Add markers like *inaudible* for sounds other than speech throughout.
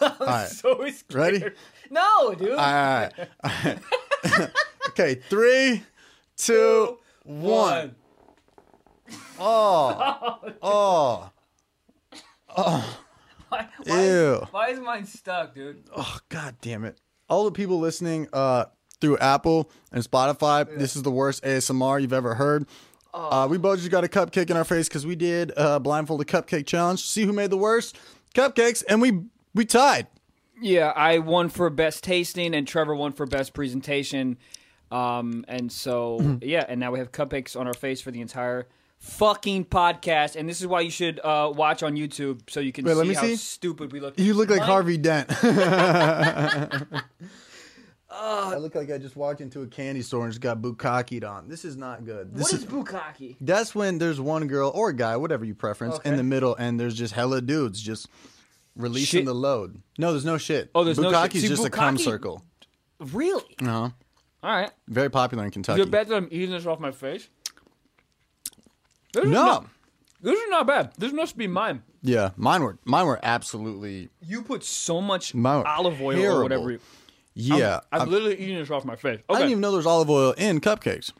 I'm *laughs* right. so scared. Ready? No, dude. All right. All right. *laughs* okay, three, two, one. *laughs* Oh, Why, why, ew. why is mine stuck, dude? Oh, god damn it. All the people listening uh, through Apple and Spotify, this is the worst ASMR you've ever heard. Uh, we both just got a cupcake in our face because we did uh, a blindfolded cupcake challenge. See who made the worst cupcakes, and we we tied. Yeah, I won for best tasting, and Trevor won for best presentation. Um, and *clears throat* so yeah, and now we have cupcakes on our face for the entire fucking podcast. And this is why you should uh, watch on YouTube so you can Wait, see let me how see. stupid we look. You look like Mine- Harvey Dent. *laughs* I look like I just walked into a candy store and just got bukkakied on. This is not good. This What is is bukkake? That's when there's one girl or guy, whatever you preference, in Okay. the middle, and there's just hella dudes just releasing Shit. the load. No, there's no shit. Oh, there's no shit. Bukkake's See, just a cum bukkake- circle. Really? No, All right. very popular in Kentucky. Is it bad that I'm eating this off my face? This is No, not- this is not bad. This must be mine. yeah, mine were mine were absolutely You put so much Mine were olive oil terrible. or whatever. You, yeah. I'm, I, I'm literally eating this off my face. I Okay. didn't even know there's olive oil in cupcakes.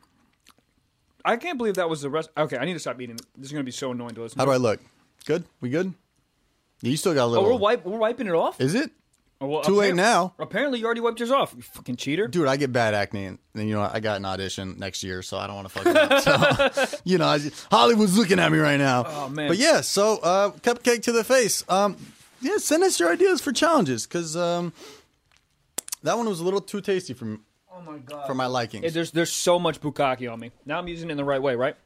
I can't believe that was the rest. Okay, I need to stop eating. This is gonna be so annoying to listen. How to. do I look? Good? We good? You still got a Oh, little. we're wipe. We're wiping it off. Is it? Oh, well, Too late appar- now. Apparently, you already wiped yours off. You fucking cheater. Dude, I get bad acne, and and you know I got an audition next year, so I don't want to fuck it *laughs* up. So, you know, I just, Hollywood's looking at me right now. Oh, man. But yeah, so uh, cupcake to the face. Um, yeah, send us your ideas for challenges because um, that one was a little too tasty for m- Oh my god. for my liking. Hey, there's there's so much bukkake on me. Now I'm using it in the right way, right?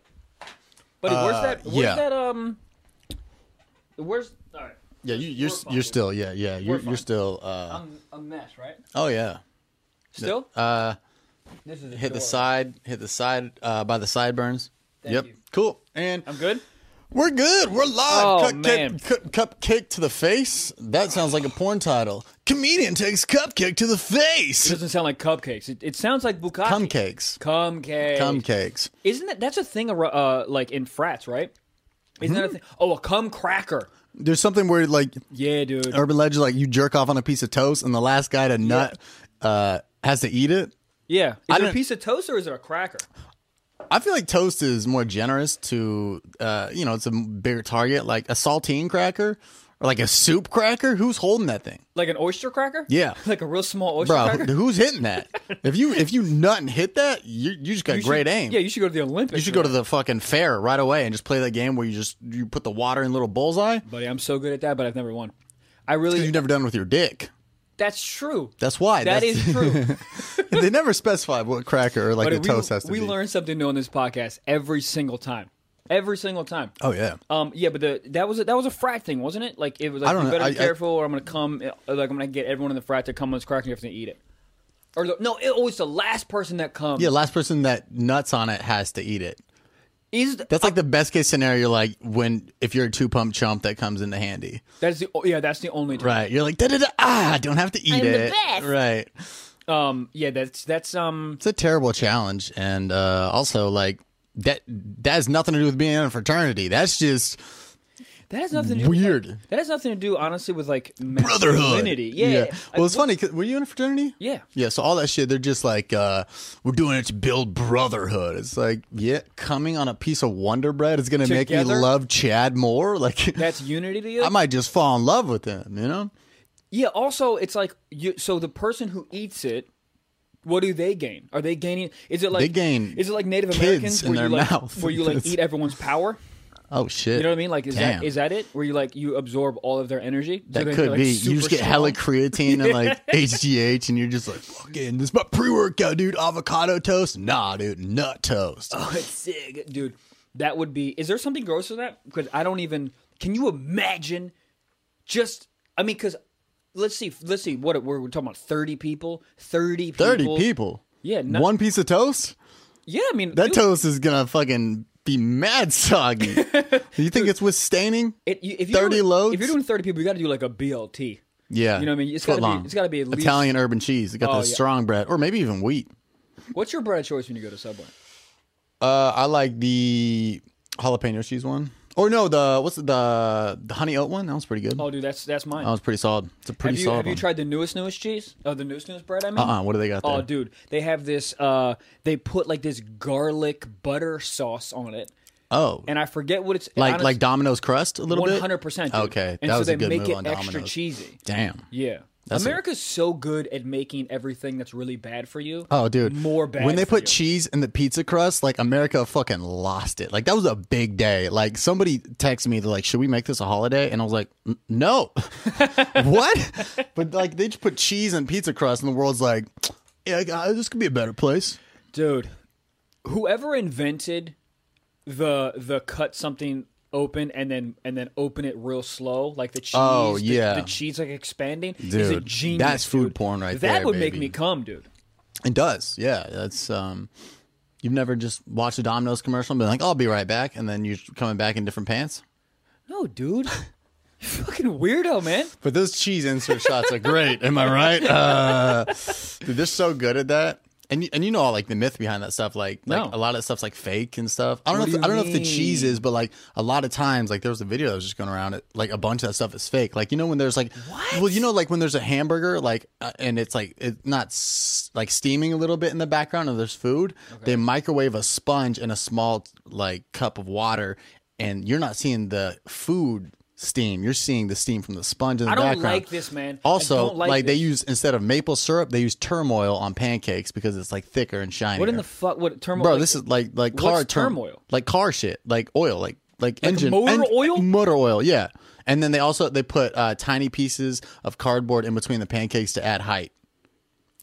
But where's that? Where's Uh, yeah. that? Um. Where's all right? Yeah, you, you're We're s- fine. you're still yeah yeah you're We're you're fine. still uh, I'm a mess, right? oh yeah Still. uh, this is hit the adorable. side hit the side uh, by the sideburns. Thank yep, you. cool and. I'm good. We're good. We're live. Oh, cupcake, man. cu- cupcake to the face. That sounds like a porn title. Comedian takes cupcake to the It face. doesn't sound like cupcakes. It, it sounds like bukkake. Cumcakes. Cumcake. Cumcakes. Isn't that that's a thing? ar- Uh, like in frats, right? Isn't Hmm. that a thing? Oh, a cum cracker. There's something where like Yeah, dude. urban legend, like you jerk off on a piece of toast, and the last guy to nut uh, has to eat it. Yeah. Is it a didn't- piece of toast or is it a cracker? I feel like toast is more generous to, uh, you know, it's a bigger target. Like a saltine cracker or like a soup cracker. Who's holding that thing? Like an oyster cracker? Yeah. *laughs* Like a real small oyster Bro, cracker? who's hitting that? if you if you nut and hit that, you you just got You should- great aim. Yeah, you should go to the Olympics. You should go to the fucking fair right away and just play that game where you just you put the water in little bullseye. Buddy, I'm so good at that, but I've never won. I Because really. you've never done it with your dick. that's true. That's why. That *laughs* That's- is true. they never specify what cracker or like But the we, toast has to we be. learn something new on this podcast every single time. Every single time. oh yeah. Um. Yeah, but the that was a, that was a frat thing, wasn't it? Like it was like I don't you know. better be I- I- careful, or I'm gonna come. uh, Like I'm gonna get everyone in the frat to come on this cracker. You have to eat it. Or the, no, it always the last person that comes. Yeah, last person that nuts on it has to eat it. is the, That's like the best case scenario. Like when if you're a two pump chump, that comes into handy. that's the oh, yeah that's the only time. Right. You're like da da da. Ah, don't have to eat I'm the it. best. Right. Um. Yeah. That's that's um. It's a terrible challenge, and uh, also like that that has nothing to do with being in a fraternity. That's just That has nothing to do weird. With, that has nothing to do, honestly, with like brotherhood. masculinity. Yeah. yeah. Well, it's funny. 'cause- were you in a fraternity? Yeah. Yeah. So all that shit, they're just like, uh, we're doing it to build brotherhood. It's like, yeah, coming on a piece of Wonder Bread is gonna make me Together? love Chad more. *laughs* Like, that's unity to you. I might just fall in love with him. You know? yeah. Also, it's like you. So the person who eats it, what do they gain? Are they gaining? Is it like They gain Is it like Native Americans kids in where you their like mouth. where you *laughs* like That's- eat everyone's power? Oh shit. You know what I mean? Like, is Damn. that is that it? Where you like you absorb all of their energy? So That then could you're, like, be. You super just get hella strong? creatine *laughs* and like *laughs* HGH, and you're just like, fucking, this is my pre workout, dude. Avocado toast? Nah, dude. Nut toast. Oh, *laughs* it's sick, dude. That would be. Is there something gross to that? Because I don't even. Can you imagine? Just I mean, because let's see, let's see. What we're, we're talking about? Thirty people. Thirty. people. 30 people. Yeah, not- One piece of toast? Yeah, I mean That dude, toast is gonna fucking be *laughs* mad soggy. you think it's withstanding? it- you- if you're 30 doing, loads? If you're doing thirty people, you got to do like a BLT. yeah, you know what I mean? It's gotta Foot be- long. it's gotta be at least- Italian urban cheese. It got Oh, the yeah. strong bread, or maybe even wheat. What's your bread of choice when you go to Subway? Uh, I like the jalapeno cheese one. Or no, the what's the the, the honey oat one? That was pretty good. Oh, dude, that's that's mine. That was pretty solid. It's a pretty have you, solid have you one. tried the newest newest cheese? Oh, the newest newest bread. I mean, uh-uh, what do they got there? Oh, dude, they have this. Uh, they put like this garlic butter sauce on it, Oh, and I forget what it's like like Domino's crust a little one bit. hundred percent. Okay, and that so was they a good make move it on extra Domino's. cheesy. Damn. Yeah, That's a- America's so good at making everything that's really bad for you. Oh, dude. more bad When they for put you. cheese in the pizza crust, like America fucking lost it. Like that was a big day. Like somebody texted me, they're like, "Should we make this a holiday?" And I was like, "N- "No." *laughs* what? *laughs* But like they just put cheese and pizza crust, and the world's like, "Yeah, God, this could be a better place." dude whoever invented the the cut something open and then and then open it real slow like the cheese Oh, the- yeah. the, cheese like expanding is a Dude, genius that's food dude. porn right that there, would make baby. me come dude It does. Yeah, that's um. You've never just watched a Domino's commercial and been like, "I'll be right back," and then you're coming back in different pants. no dude *laughs* fucking weirdo man But those cheese insert shots are great. Am I right? Uh, dude, they're so good at that. And you, and you know all like the myth behind that stuff. Like, like No. a lot of that stuff's like fake and stuff. I don't What do know. If, you I don't know if the cheese mean? is, but like a lot of times, like there was a video that was just going around. It like a bunch of that stuff is fake. Like you know when there's like, well you know like when there's a hamburger like uh, and it's like it's not s- like steaming a little bit in the background and there's food. They microwave a sponge in a small like cup of water, and you're not seeing the food steam. You're seeing the steam from the sponge in the i don't background. like this man I Also, don't like, like, they this. use instead of maple syrup, they use turmoil on pancakes because it's like thicker and shinier. what in the fuck what turmoil bro? like- this is like like car what's turm- turmoil? like car shit, like oil, like like, engine motor oil? motor oil, yeah. And then they also they put uh, tiny pieces of cardboard in between the pancakes to add height.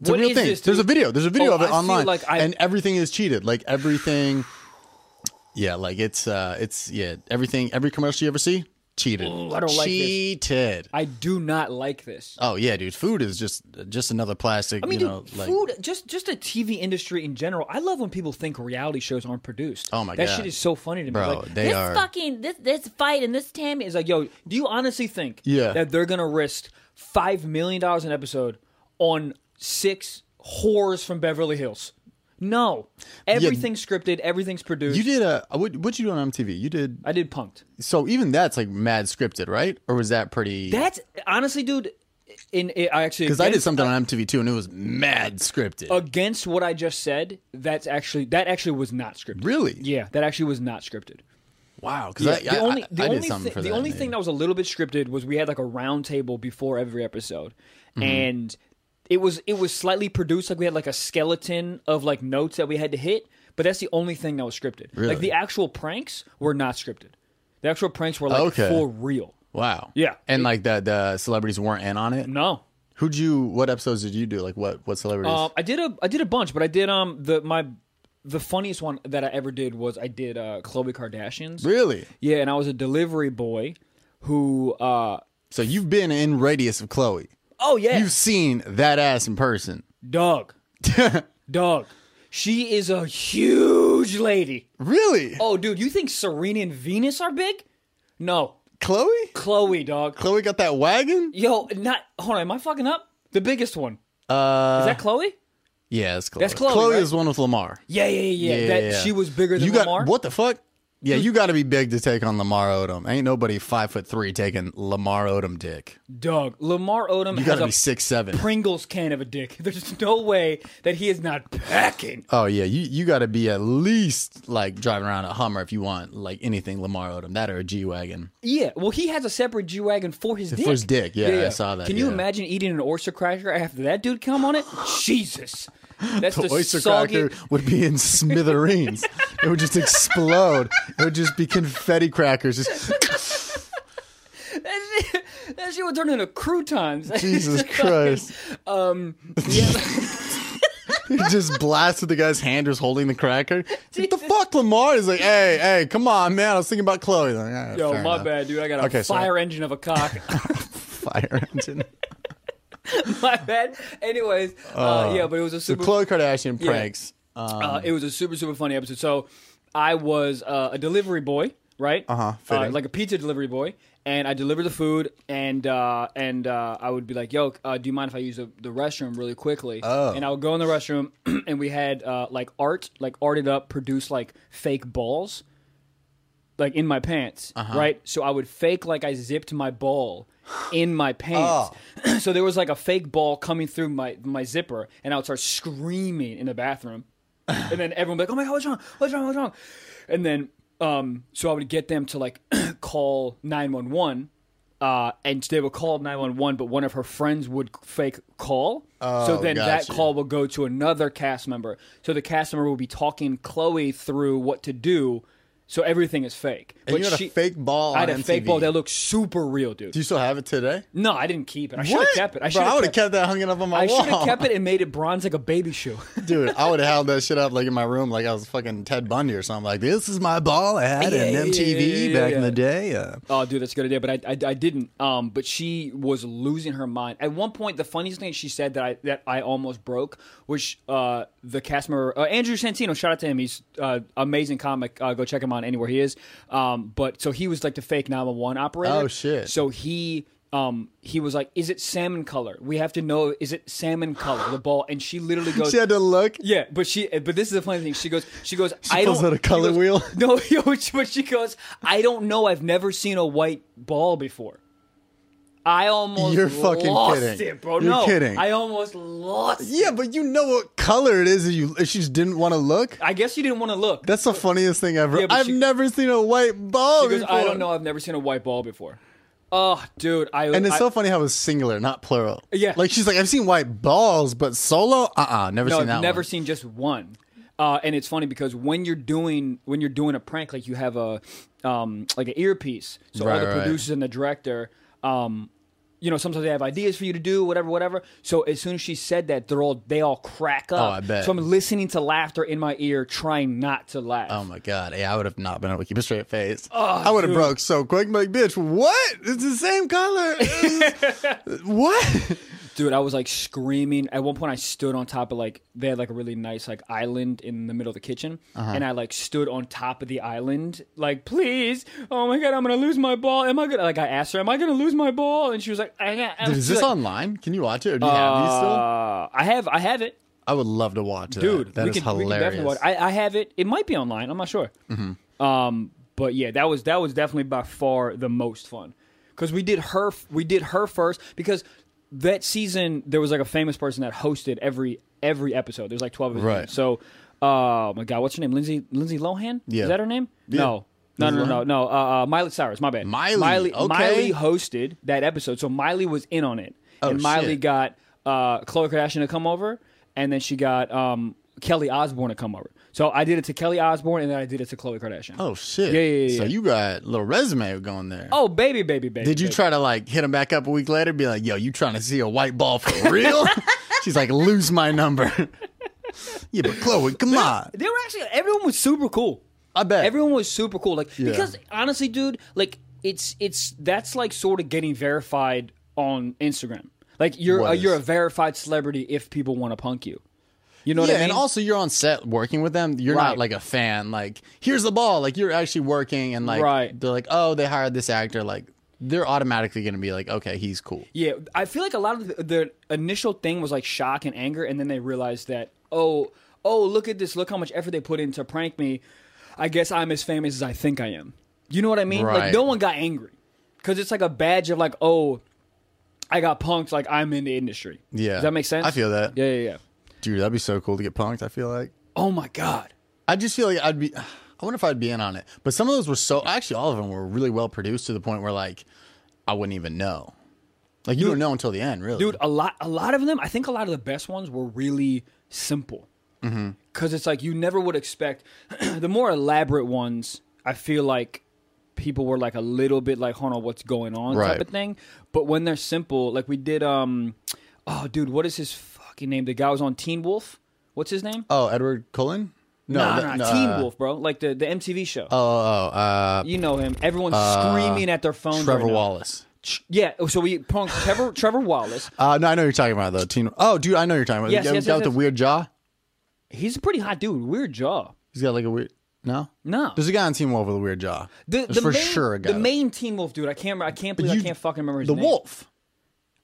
It's What a real is thing. this, There's a dude? video. There's a video Oh, of it I feel online, like I- and everything is cheated. Like *sighs* everything, yeah. Like it's uh, it's yeah. Everything, every commercial you ever see, cheated. I don't like this. cheated. i do not like this Oh yeah, dude. Food is just just another plastic. I mean, you dude, know, like food, just just the TV industry in general. I love when people think reality shows aren't produced. Oh my that God. shit is so funny to me. Bro, like, they this are- fucking this this fight and this Tammy is like, yo, do you honestly think Yeah. that they're gonna risk five million dollars an episode on six whores from Beverly Hills? No, everything's scripted, everything's produced. You did a what? What you do on MTV? You did I did punked. so even that's like mad scripted, right? Or was that pretty? That's honestly, dude. In I actually Because I did against- something on MTV too, and it was mad scripted. against what I just said. That's actually that actually was not scripted. really? Yeah, that actually was not scripted. Wow. Because the I, I, only, I- the I did only something thi- for the that. only maybe. thing that was a little bit scripted was we had like a round table before every episode, Hmm. and it was it was slightly produced. Like we had like a skeleton of like notes that we had to hit, but that's the only thing that was scripted. Really? Like the actual pranks were not scripted. The actual pranks were like Okay. for real. wow. Yeah. Mm-hmm. And like the the celebrities weren't in on it. No, Who'd you? What episodes did you do? Like what what celebrities? Um, I did a I did a bunch, but I did um the my the funniest one that I ever did was I did uh Khloe Kardashian's. really? Yeah, and I was a delivery boy who uh So you've been in radius of Chloe. oh yeah You've seen that ass in person. *laughs* Doug. Doug. She is a huge lady. Really? Oh, dude, you think Serena and Venus are big? No. Chloe? Chloe, dog. Chloe got that wagon? Yo, not. Hold on, am I fucking up? The biggest one. Uh, Is that Chloe? Yeah, that's Chloe. That's Chloe, Chloe right? is one with Lamar. Yeah, yeah, yeah. yeah. that she was bigger than you got, Lamar. Hmm. What the fuck? Yeah, you got to be big to take on Lamar Odom. Ain't nobody five foot three taking Lamar Odom dick. Doug. Lamar Odom You got has to a be six seven. Pringles can of a dick. *laughs* There's no way that he is not packing. Oh yeah, you you got to be at least like driving around a Hummer if you want like anything Lamar Odom, that or a G wagon. Yeah, well, he has a separate G wagon for his dick. For his dick, yeah, I saw that, Can you yeah. imagine eating an oyster cracker after that dude come *gasps* on it? Jesus, that's the, The oyster soggy. cracker would be in smithereens. it would just explode. It would just be confetti crackers. Just *laughs* That shit, that shit would turn into croutons. *laughs* Jesus Christ. um, yeah, *laughs* He just blasted the guy's hand who's holding the cracker. *laughs* It's like, the fuck, Lamar? He's like, hey, hey, come on, man. I was thinking about Chloe. Like, "All right, yo, fair my enough." bad, dude. I got a Okay, so- fire engine of a cock. *laughs* Fire engine. my bad. Anyways, uh, yeah, but it was a The super. Chloe Kardashian pranks. Um, uh, it was a super super funny episode. So I was uh, a delivery boy, right? Uh-huh, fitting. Like a pizza delivery boy, and I delivered the food, and uh, and uh, I would be like, "Yo, uh, do you mind if I use the, the restroom really quickly?" Oh. And I would go in the restroom, *clears throat* and we had uh, like art, like arted up, produced like fake balls. like in my pants, Uh-huh. right? So I would fake like I zipped my *sighs* ball in my pants. Oh. *clears throat* so there was like a fake ball coming through my my zipper, and I would start screaming in the *sighs* bathroom, and then everyone would be like, "Oh my god, what's wrong? What's wrong? What's wrong?" And then um, so I would get them to like *clears throat* call nine one one. Uh, and they would call 911, but one of her friends would fake call. so Oh, then that gotcha. call will go to another cast member. So the cast member will be talking Chloe through what to do. So everything is fake. And you had a fake ball I had on a fake MTV. ball that looked super real, dude. Do you still have it today? no, I didn't keep it. I should have kept it. I should Bro, I have would kept, have kept that hanging up on my I wall. should have kept it and made it bronze like a baby shoe. *laughs* Dude, I would have held that shit up like in my room, like I was fucking Ted Bundy or something. Like this is my ball I had Yeah, in yeah, MTV yeah, yeah, back in yeah. the day. Uh, Oh, dude, that's a good idea. But I, I, I didn't. Um, but she was losing her mind. At one point, the funniest thing she said that I that I almost broke was uh, the cast member uh, Andrew Santino. Shout out to him. He's uh, amazing comic. Uh, go check him out anywhere he is. Um, but so he was like the fake 911 operator. Oh, shit. So he. Um, he was like, "Is it salmon color? We have to know. Is it salmon color? The ball." And she literally goes, she had to look. yeah, but she. eh, But this is the funny thing. She goes. She goes. I pulls don't. out a she color goes, wheel. *laughs* No, yo, but she goes. I don't know. I've never seen a white ball before. I almost. You're fucking lost kidding. it, bro. You're no, kidding. I almost lost. it. Yeah, but you know what color it is. If you if she just didn't want to look. I guess you didn't want to look. That's the funniest thing ever. Yeah, but I've she- never seen a white ball. because before. I don't know. I've never seen a white ball before. Oh, dude. I And it's I, so funny how it's singular, not plural. Yeah. Like she's like, I've seen white balls, but solo, uh uh never No, seen that I've never one. seen just one. Uh, and it's funny because when you're doing when you're doing a prank, like you have a um, like an earpiece, so all Right, the right. producers and the director, um, you know, sometimes they have ideas for you to do, whatever, whatever. So as soon as she said that, they're all they all crack up. Oh, I bet. So I'm listening to laughter in my ear, trying not to laugh. Oh my god! Yeah, I would have not been able to keep a straight face. Oh, I would have broke so quick. I'm like, bitch, what? It's the *laughs* same color. It's- what? Dude, I was like screaming. At one point, I stood on top of like they had like a really nice like island in the middle of the kitchen, Uh-huh. and I like stood on top of the island, like please, oh my god, I'm gonna lose my ball. Am I gonna like? I asked her, am I gonna lose my ball? And she was like, I can't. Dude, is this like, online? Can you watch it? Or do you have these still? Uh, I have, I have it, I would love to watch it. dude. that we is could, we could hilarious. Mm-hmm. definitely watch. I, I have it. It might be online. I'm not sure. Um, but yeah, that was that was definitely by far the most fun because we did her we did her first because that season there was like a famous person that hosted every every episode. There's like twelve of them. Right. So, oh my god, what's her name? Lindsay Lindsay Lohan. Yeah. Is that her name? No. No, Lindsay no, no, no, Lohan? no. Uh, uh, Miley Cyrus. My bad. Miley, Miley, okay. Miley hosted that episode, so Miley was in on it, Oh, and Miley shit. got uh, Khloe Kardashian to come over, and then she got um, Kelly Osbourne to come over. So I did it to Kelly Osbourne, and then I did it to Khloe Kardashian. oh shit! Yeah, yeah, yeah, So yeah. you got a little resume going there. Oh, baby, baby, baby. Did you baby. try to like hit him back up a week later? Be like, yo, you trying to see a white ball for real? *laughs* She's like, lose my number. *laughs* yeah, but Chloe, come on. They were actually everyone was super cool. I bet. Everyone was super cool. Like because honestly, dude, like it's it's that's like sort of getting verified on Instagram. Like you're uh, Was. you're a verified celebrity if people want to punk you. You know yeah, what I mean? and also you're on set working with them. You're not Right. like a fan. Like, here's the ball. Like, you're actually working, and like, Right. they're like, oh, they hired this actor. Like, they're automatically going to be like, okay, he's cool. Yeah, I feel like a lot of the, the initial thing was like shock and anger, and then they realized that oh oh look at this look how much effort they put in to prank me. I guess I'm as famous as I think I am. You know what I mean? Like Right. no one got angry because it's like a badge of like oh I got punked like I'm in the industry. Yeah. does that make sense? I feel that. Yeah, yeah, yeah. Dude, that'd be so cool to get punked, I feel like. Oh my god. I just feel like I'd be. I wonder if I'd be in on it. But some of those were so. Actually, all of them were really well produced to the point where like I wouldn't even know. Like you don't know until the end, really. dude a lot a lot of them i think a lot of the best ones were really simple Mm-hmm. because it's like you never would expect *clears throat* the more elaborate ones i feel like people were like a little bit like hold on what's going on Right. type of thing but when they're simple like we did um oh dude what is his fucking name the guy was on teen wolf what's his name Oh, Edward Cullen. No, nah, that- nah, teen uh, wolf bro like the, the mtv show Oh, oh, uh, you know him everyone's screaming at their phones Trevor right now. Wallace. yeah so we punk trevor trevor wallace Uh, no, I know who you're talking about though. Teen. Oh, dude, I know who you're talking about. Yes, the guy yes, guy yes, with yes. the weird jaw. he's a pretty hot dude weird jaw He's got like a weird. No, No. There's a guy on Team Wolf with a weird jaw. The, There's the for main, sure a guy. The main Teen Wolf dude. I can't. remember- I can't believe you- I can't fucking remember his the name. wolf.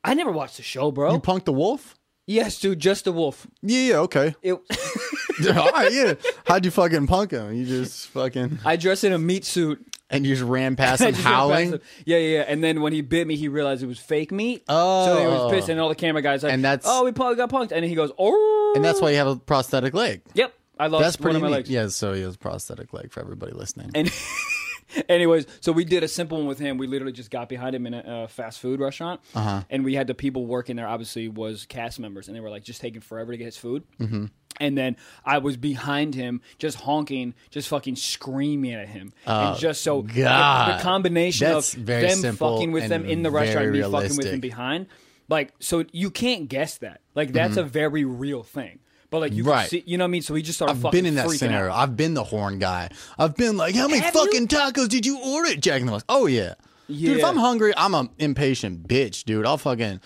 I never watched the show, bro. You punked the wolf. yes, dude. Just the wolf. Yeah, yeah, okay. *laughs* It, *laughs* All right, yeah. How'd you fucking punk him? You just fucking. *laughs* I dressed in a meat suit and you just *laughs* ran past I him just went past howling. him. Yeah, yeah. yeah. And then when he bit me, he realized it was fake meat. so he Oh. was pissed, and all the camera guys like, And that's- oh, we probably got punked. And then he goes, oh, And that's why you have a prosthetic leg. Yep, I lost That's one pretty of my neat. legs. Yeah, so he has a prosthetic leg for everybody listening. And *laughs* anyways, so we did a simple one with him. We literally just got behind him in a, uh fast food restaurant, Uh-huh. and we had the people working there. Obviously, was cast members, and they were like just taking forever to get his food. Mm-hmm. And then I was behind him, just honking, just fucking screaming at him, and just so the- the, Oh, God. combination That's of very them simple fucking with and them in the very restaurant, and me fucking with realistic. him behind, like so you can't guess that. Like that's a very real thing. But like you, could Mm-hmm. Right. see, you know what I mean. So he just started I've fucking been in that freaking scenario. Out. I've been the horn guy. I've been like, how many Have you? fucking tacos did you order at Jack in the Box? Oh yeah. Dude, if Yeah. I'm hungry, I'm an impatient bitch, dude. I'll fucking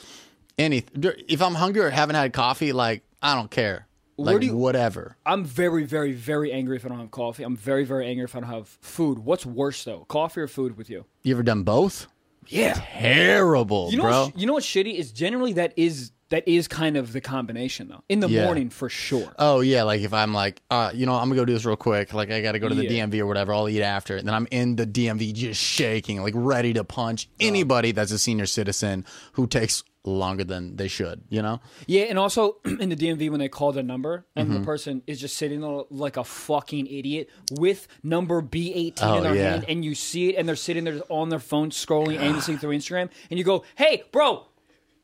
any if I'm hungry or haven't had coffee, like I don't care. Where Like do you- whatever. I'm very, very, very angry if I don't have coffee. I'm very, very angry if I don't have food. What's worse though, coffee or food with you? You ever done both? Yeah, Terrible, you know, bro. what's- you know what's shitty is generally that is that is kind of the combination though. In the Yeah. morning for sure. Oh yeah, like if I'm like, uh, you know, I'm gonna go do this real quick. Like I gotta go to the Yeah. DMV or whatever. I'll eat after, and then I'm in the DMV just shaking, like ready to Oh. punch anybody that's a senior citizen who takes longer than they should. You know? Yeah, and also *clears throat* in the DMV when they call the number and Mm-hmm. the person is just sitting there like a fucking idiot with number B eighteen Oh, in their yeah. hand, and you see it, and they're sitting there just on their phone scrolling aimlessly through Instagram, and you go, "Hey, bro,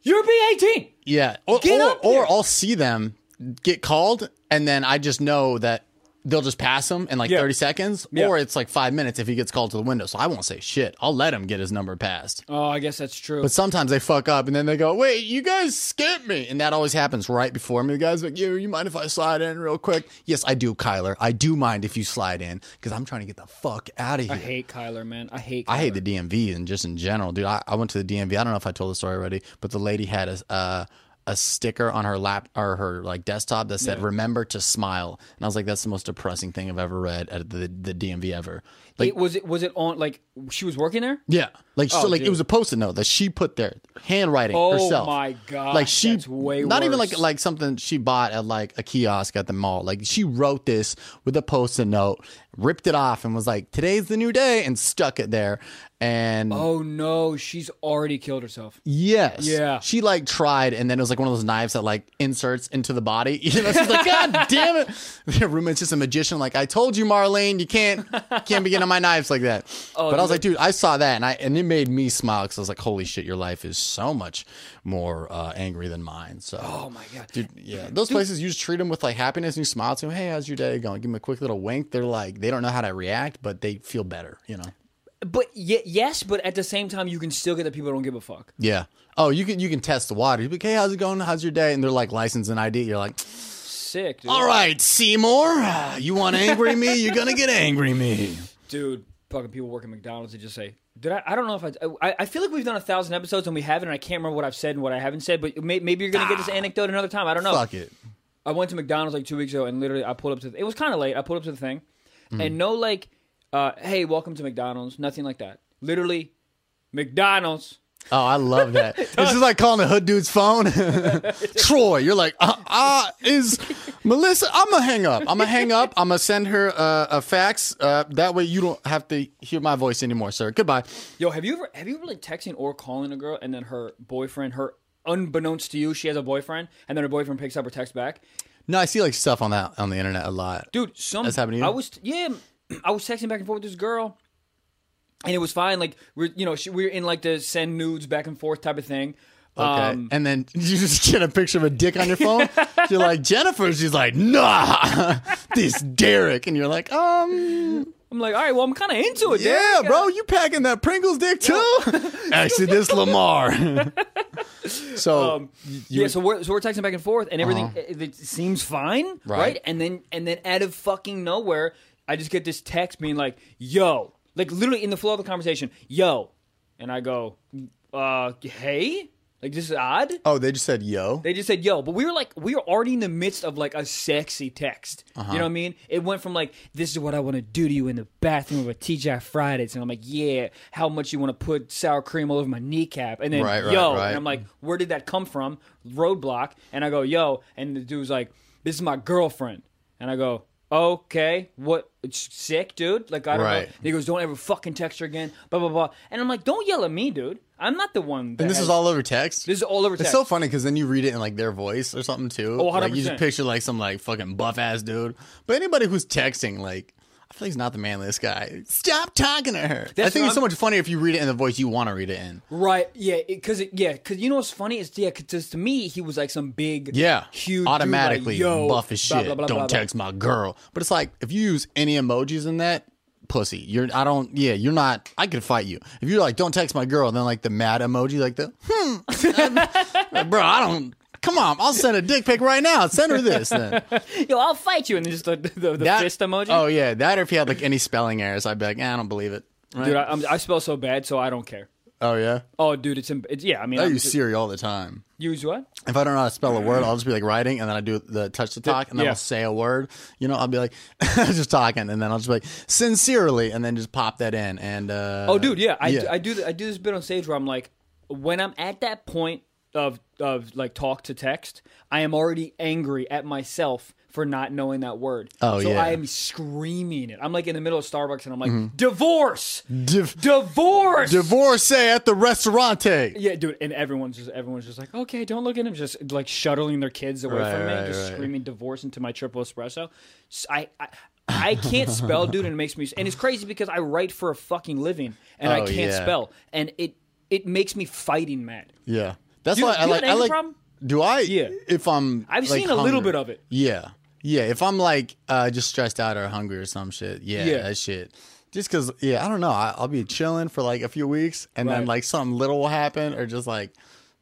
you're B eighteen. Yeah. Or Get or, up or there. I'll see them get called, and then I just know that they'll just pass him in like Yeah. 30 seconds, Yeah. or it's like five minutes if he gets called to the window. So I won't say shit. I'll let him get his number passed. Oh, I guess that's true. But sometimes they fuck up and then they go, wait, you guys skipped me. And that always happens right before me. The guy's like, yeah, you mind if I slide in real quick? Yes, I do, Kyler. I do mind if you slide in because I'm trying to get the fuck out of here. I hate Kyler, man. I hate. Kyler. I hate the DMV and just in general, dude. I, I went to the DMV. I don't know if I told the story already, but the lady had a uh, a sticker on her lap or her like desktop that said "Remember to smile," and I was like, "That's the most depressing thing I've ever read at the the DMV ever." Like, it, was it was it on like she was working there? yeah, like so, like it Oh, dude. was a post-it note that she put there, handwriting Oh herself. my gosh, Like she, that's way not even like worse. like something she bought at like a kiosk at the mall. Like she wrote this with a post-it note, ripped it off, and was like, "Today's the new day," and stuck it there. And Oh no, she's already killed herself. Yes. Yeah. She like tried, and then it was like one of those knives that like inserts into the body. *laughs* You know, she's *laughs* like, God damn it! Their roommate's just a magician. Like I told you, Marlene, you can't can't be getting on my knives like that. Oh, but I was like, dude, I saw that, and I and it made me smile because I was like, holy shit, your life is so much more uh, angry than mine. So. Oh my god. Dude, yeah, those places you just treat them with like happiness and you smile to them. Hey, how's your day going? Give them a quick little wink. They're like, they don't know how to react, but they feel better, you know? But y- yes, but at the same time, you can still get that people don't give a fuck. Yeah. Oh, you can you can test the water. You're like, hey, how's it going? How's your day? And they're like, license and ID. You're like, Sick, dude. all right, Seymour, *sighs* uh, you want angry me? You're gonna get angry me. Dude, fucking people work at McDonald's. They just say, "Did I? I don't know if I, I. I feel like we've done a thousand episodes and we haven't. And I can't remember what I've said and what I haven't said. But may, maybe you're gonna get this anecdote another time. I don't know. Fuck it. I went to McDonald's like two weeks ago, and literally I pulled up to. The, it was kind of late. I pulled up to the thing, and no like, uh, hey, welcome to McDonald's. Nothing like that. Literally, McDonald's. Oh, I love that. this is like calling the hood dude's phone. *laughs* Troy, you're like, uh, uh, is Melissa? I'm gonna hang up. I'm gonna hang up. I'm gonna send her uh, a fax. Uh, that way you don't have to hear my voice anymore, sir. Goodbye. Yo, have you ever have you ever like texting or calling a girl and then her boyfriend, her unbeknownst to you, she has a boyfriend, and then her boyfriend picks up her text back. No, I see like stuff on that on the internet a lot. Dude, some That's happened to you? I was yeah, I was texting back and forth with this girl, and it was fine. Like we're you know she, we were in like the send nudes back and forth type of thing. Okay. Um, and then *laughs* you just get a picture of a dick on your *laughs* phone. you're like, Jennifer. She's like, nah, *laughs* this Derek. And you're like, um, I'm like, all right, well, I'm kind of into it. dude. yeah, bro, you packing that Pringles dick too? *laughs* Actually, this Lamar. *laughs* so, yeah, so we're, so we're texting back and forth, and everything it, it seems fine, right. Right. And then and then out of fucking nowhere, I just get this text being like, "Yo," like literally in the flow of the conversation, "Yo," and I go, "Uh, hey," like this is odd. oh, they just said yo. They just said, "Yo," but we were like, we were already in the midst of like a sexy text. Uh-huh. You know what I mean? It went from like, "This is what I want to do to you in the bathroom with TJ Fridays," and I'm like, "Yeah, how much you want to put sour cream all over my kneecap?" And then, Right, right, "Yo," right. and I'm like, "Where did that come from?" Roadblock, and I go, "Yo," and the dude's like, "This is my girlfriend," and I go, okay, what? It's sick, dude. Like I don't Right. know. He goes, don't ever fucking text her again. Blah blah blah. And I'm like, don't yell at me, dude. I'm not the one. That And this has- is all over text. This is all over It's text. so funny because then you read it in like their voice or something too. Oh, Like 100%. you just picture like some like fucking buff ass dude. But anybody who's texting, like, I feel like he's not the manliest guy. Stop talking to her. I what think it's so I'm- much funnier if you read it in the voice you want to read it in. Right. Yeah. Because it, yeah. Because you know what's funny is yeah. Because to me he was like some big Yeah. huge dude, like, Automatically Yo, buff as shit. blah, blah, blah, don't blah, blah. text my girl. But it's like if you use any emojis in that, pussy. You're I don't yeah, you're not I could fight you. If you're like, don't text my girl, and then like the mad emoji, like the hmm Like, *laughs* bro, I don't come on, I'll send a dick pic right now. Send her this then. *laughs* Yo, I'll fight you, and then just the, the, the That- fist emoji. Oh yeah, that or if you had like any spelling errors, I'd be like, eh, I don't believe it. Right? dude, I, I'm, I spell so bad, so I don't care. oh yeah, Oh, dude, it's, em- it's yeah. I mean, I I'm use just- Siri all the time. use what? If I don't know how to spell a word, I'll just be like writing, and then I do the touch to talk, and then yeah. I'll say a word. You know, I'll be like *laughs* just talking, and then I'll just be like sincerely, and then just pop that in. And uh, Oh, dude, yeah. I, I do th- I do this bit on stage where I'm like, when I'm at that point of of like talk to text, I am already angry at myself for not knowing that word. Oh, so yeah. Mm-hmm. I am screaming it. I'm like in the middle of Starbucks, and I'm like, divorce, Div- divorce, divorcee at the restaurante. Yeah, dude, and everyone's just everyone's just like, okay, don't look at him, just like shuttling their kids away Right, from me, right, just right. screaming divorce into my triple espresso. S- I, I, I can't spell, dude, and it makes me. And it's crazy because I write for a fucking living, and I Oh, can't yeah. spell, and it it makes me fighting mad. Yeah, that's Do- why do I you have like. an I anger like. problem? Do I? Yeah. If I'm, I've like, seen a little hungry. bit of it. Yeah, yeah. If I'm like uh, just stressed out or hungry or some shit, yeah, Yeah. that shit. Just because, yeah, I don't know. I, I'll be chilling for like a few weeks, and then Right. like something little will happen, or just like.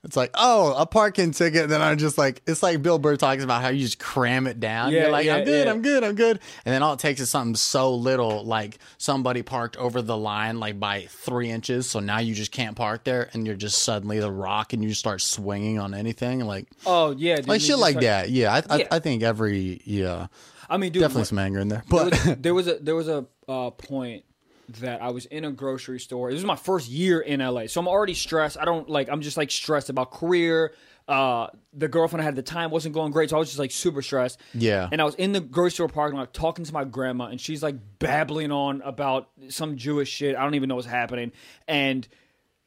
It's like, oh, a parking ticket. Then I'm just like, it's like Bill Burr talks about how you just cram it down. Yeah, You're like, yeah, I'm good, yeah. I'm good, I'm good. And then all it takes is something so little, like somebody parked over the line like by three inches. So now you just can't park there, and you're just suddenly the rock, and you just start swinging on anything, like Oh yeah, dude, like you shit just like that. Yeah, I, I, Yeah. I think every yeah, I mean, dude, definitely some anger in there. But *laughs* there was, there was a there was a uh, point that I was in a grocery store. This was my first year in LA, so I'm already stressed. I don't like. I'm just like stressed about career. Uh, the girlfriend I had at the time wasn't going great, so I was just like super stressed. Yeah. And I was in the grocery store parking lot talking to my grandma, and she's like babbling on about some Jewish shit. I don't even know what's happening. And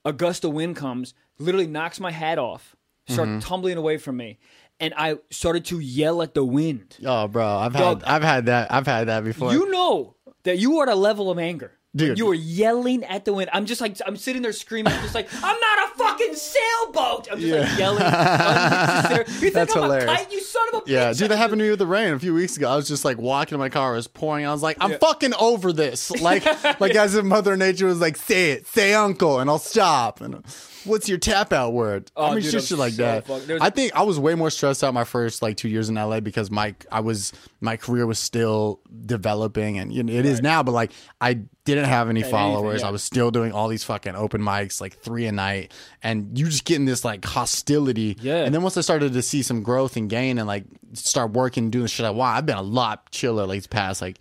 a gust of wind comes, literally knocks my hat off, started Mm-hmm. tumbling away from me, and I started to yell at the wind. oh, bro, I've Dog. had I've had that I've had that before. You know that you are at a level of anger. Dude. You are yelling at the wind. I'm just like I'm sitting there screaming, just *laughs* like I'm not a fucking sailboat. I'm just like yelling. I'm *laughs* just there. You think That's I'm hilarious. a kite, you son of a yeah, *laughs* bitch. dude, that happened to me with the rain a few weeks ago. I was just like walking in my car, it was pouring. I was like, I'm fucking over *laughs* this. Like, like as if Mother Nature was like, say it, say uncle, and I'll stop. And what's your tap out word? I Oh, mean, dude, shit, I'm shit like so that. fucked- there's- I think I was way more stressed out my first like two years in LA because my I was my career was still developing, and you know, it is now. But like, I didn't have any followers. yeah. I was still doing all these fucking open mics, like three a night, and you just getting this like hostility. Yeah. And then once I started to see some growth and gain and like start working, doing the shit I want, I've been a lot chiller like the past like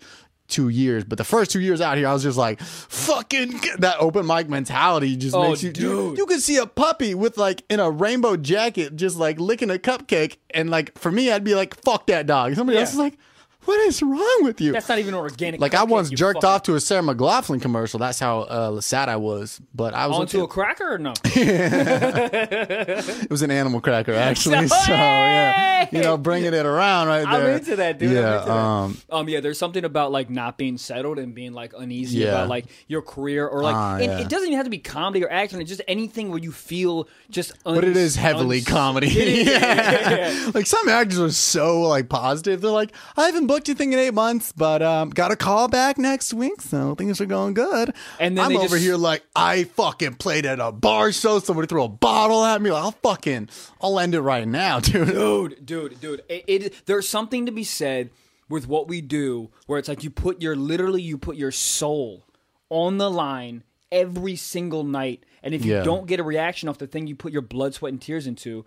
two years. But the first two years out here, I was just like, fucking get- that open mic mentality just Oh, makes you, you dude. you could see a puppy with like in a rainbow jacket just like licking a cupcake, and like for me, I'd be like, fuck that dog. Somebody Yeah. else is like, what is wrong with you? That's not even an organic. like I cupcake, once you jerked fucking- off to a Sarah McLaughlin commercial. That's how uh, sad I was. But I was onto okay. a cracker or no? *laughs* It was an *laughs* animal cracker, actually. *laughs* so yeah, you know, bringing it around right I'm there. into that, dude. I'm Yeah, into that. um, Um, yeah, there's something about like not being settled and being like uneasy Yeah. about like your career or like Ah, and yeah. it doesn't even have to be comedy or acting, it's just anything where you feel just un- but it is heavily uns- comedy. *laughs* is, *laughs* yeah, yeah, *laughs* yeah. like some actors are so like positive. They're like, I haven't booked anything in eight months, but um, got a call back next week, so things are going good. And then I'm they over just- here like, I fucking played at a bar show. Somebody threw a bottle at me. Like, I'll fucking, I'll end it right now, *laughs* dude. dude, dude, dude. It, it there's something to be said with what we do, where it's like you put your literally you put your soul on the line every single night, and if Yeah. you don't get a reaction off the thing you put your blood, sweat, and tears into,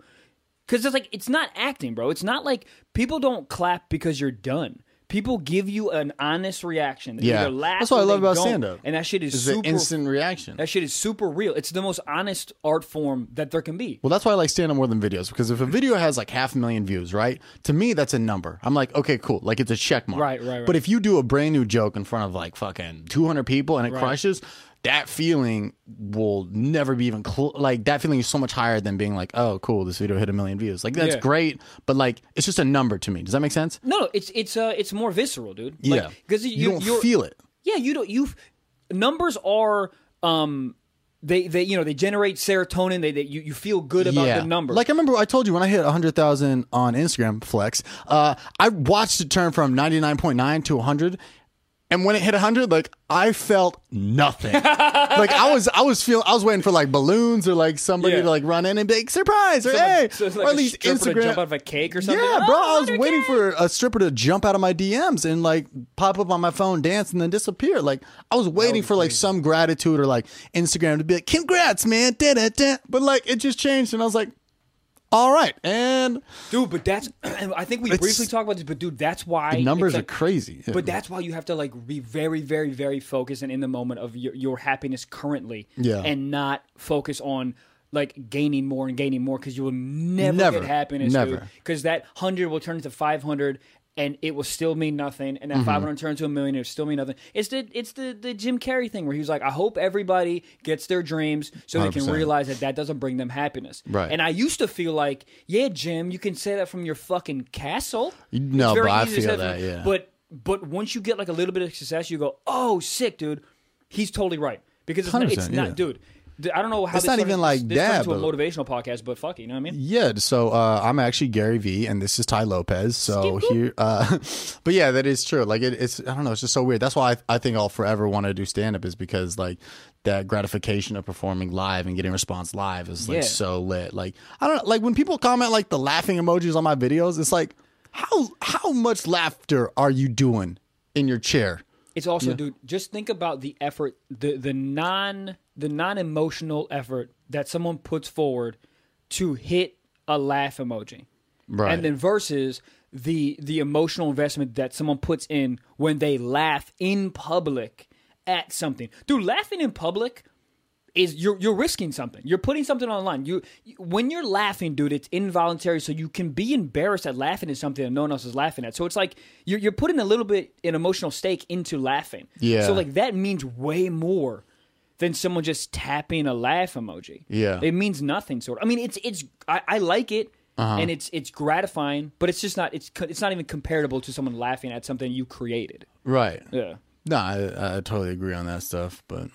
because it's like it's not acting, bro. It's not like people don't clap because you're done. People give you an honest reaction. They Yeah. either laugh That's what or I love they about don't, stand-up. And that shit is It's an super. instant reaction. that shit is super real. It's the most honest art form that there can be. Well, that's why I like stand up more than videos because if a video has like half a million views, right? To me, that's a number. I'm like, okay, cool. Like it's a check mark. Right, right, right. But if you do a brand new joke in front of like fucking 200 people and it crushes, that feeling will never be even cl- like that feeling is so much higher than being like, oh, cool, this video hit a million views. Like that's Yeah. great, but like it's just a number to me. Does that make sense? No, no, it's it's uh it's more visceral, dude. yeah. because you, you, don't you're- feel it. Yeah, you don't. You numbers are um they they you know they generate serotonin. They, they you, you feel good about the number. Like I remember I told you when I hit 100,000 on Instagram flex, uh, I watched it turn from 99.9 to 100. And when it hit 100, like I felt *laughs* nothing. like I was I was feel I was waiting for like balloons or like somebody Yeah. to like run in and be like surprise or hey so it's like or a at least stripper to Instagram jump out of a cake or something. Yeah, bro, I was 100K. waiting for a stripper to jump out of my DMs and like pop up on my phone, dance, and then disappear. Like I was waiting for like some gratitude or like Instagram to be like, "Congrats, man!" Da, da, da. But like it just changed, and I was like, "All right." And dude. But that's *clears throat* I think we It's- briefly talked about this, but dude, that's why numbers it's are like- crazy. But that's why you have to like be very, very, very focused and in the moment of your, your happiness currently, Yeah. and not focus on like gaining more and gaining more because you will never, Never. get happiness, Never. Because that hundred will turn into five hundred, and it will still mean nothing. Mm-hmm. And that five hundred turns to a million, it will still mean nothing. It's the it's the the Jim Carrey thing where he was like, I hope everybody gets their dreams so they can 100%. realize that that doesn't bring them happiness. Right. And I used to feel like, yeah, Jim, you can say that from your fucking castle. No, It's very but I easy to feel say that, yeah. But but once you get like a little bit of success, you go, oh, sick, dude. He's totally right because it's not, it's 100%, not yeah. dude. th- I don't know how It's this not turned- even like this turned that, into a but- motivational podcast, but fuck it, you know what I mean? Yeah, so uh, I'm actually Gary Vee, and this is Ty Lopez. So here, uh, *laughs* but yeah, that is true. Like it, it's, I don't know, it's just so weird. That's why I, I think I'll forever want to do stand up is because like that gratification of performing live and getting response live is like Yeah. so lit. Like I don't like when people comment like the laughing emojis on my videos. It's like how how much laughter are you doing in your chair? It's also, dude, just think about the effort, the the non the non emotional effort that someone puts forward to hit a laugh emoji, Right. And then versus the the emotional investment that someone puts in when they laugh in public at something. Dude, laughing in public is you're you're risking something. You're putting something online. You you- when you're laughing, dude, it's involuntary, so you can be embarrassed at laughing at something that no one else is laughing at. So it's like you're you're putting a little bit an emotional stake into laughing. Yeah. So like that means way more than someone just tapping a laugh emoji. Yeah. It means nothing. Sort. of. I mean, it's it's I, I like it. Uh-huh. And it's it's gratifying, but it's just not it's co- it's not even comparable to someone laughing at something you created. Right. Yeah. No, I, I totally agree on that stuff, but.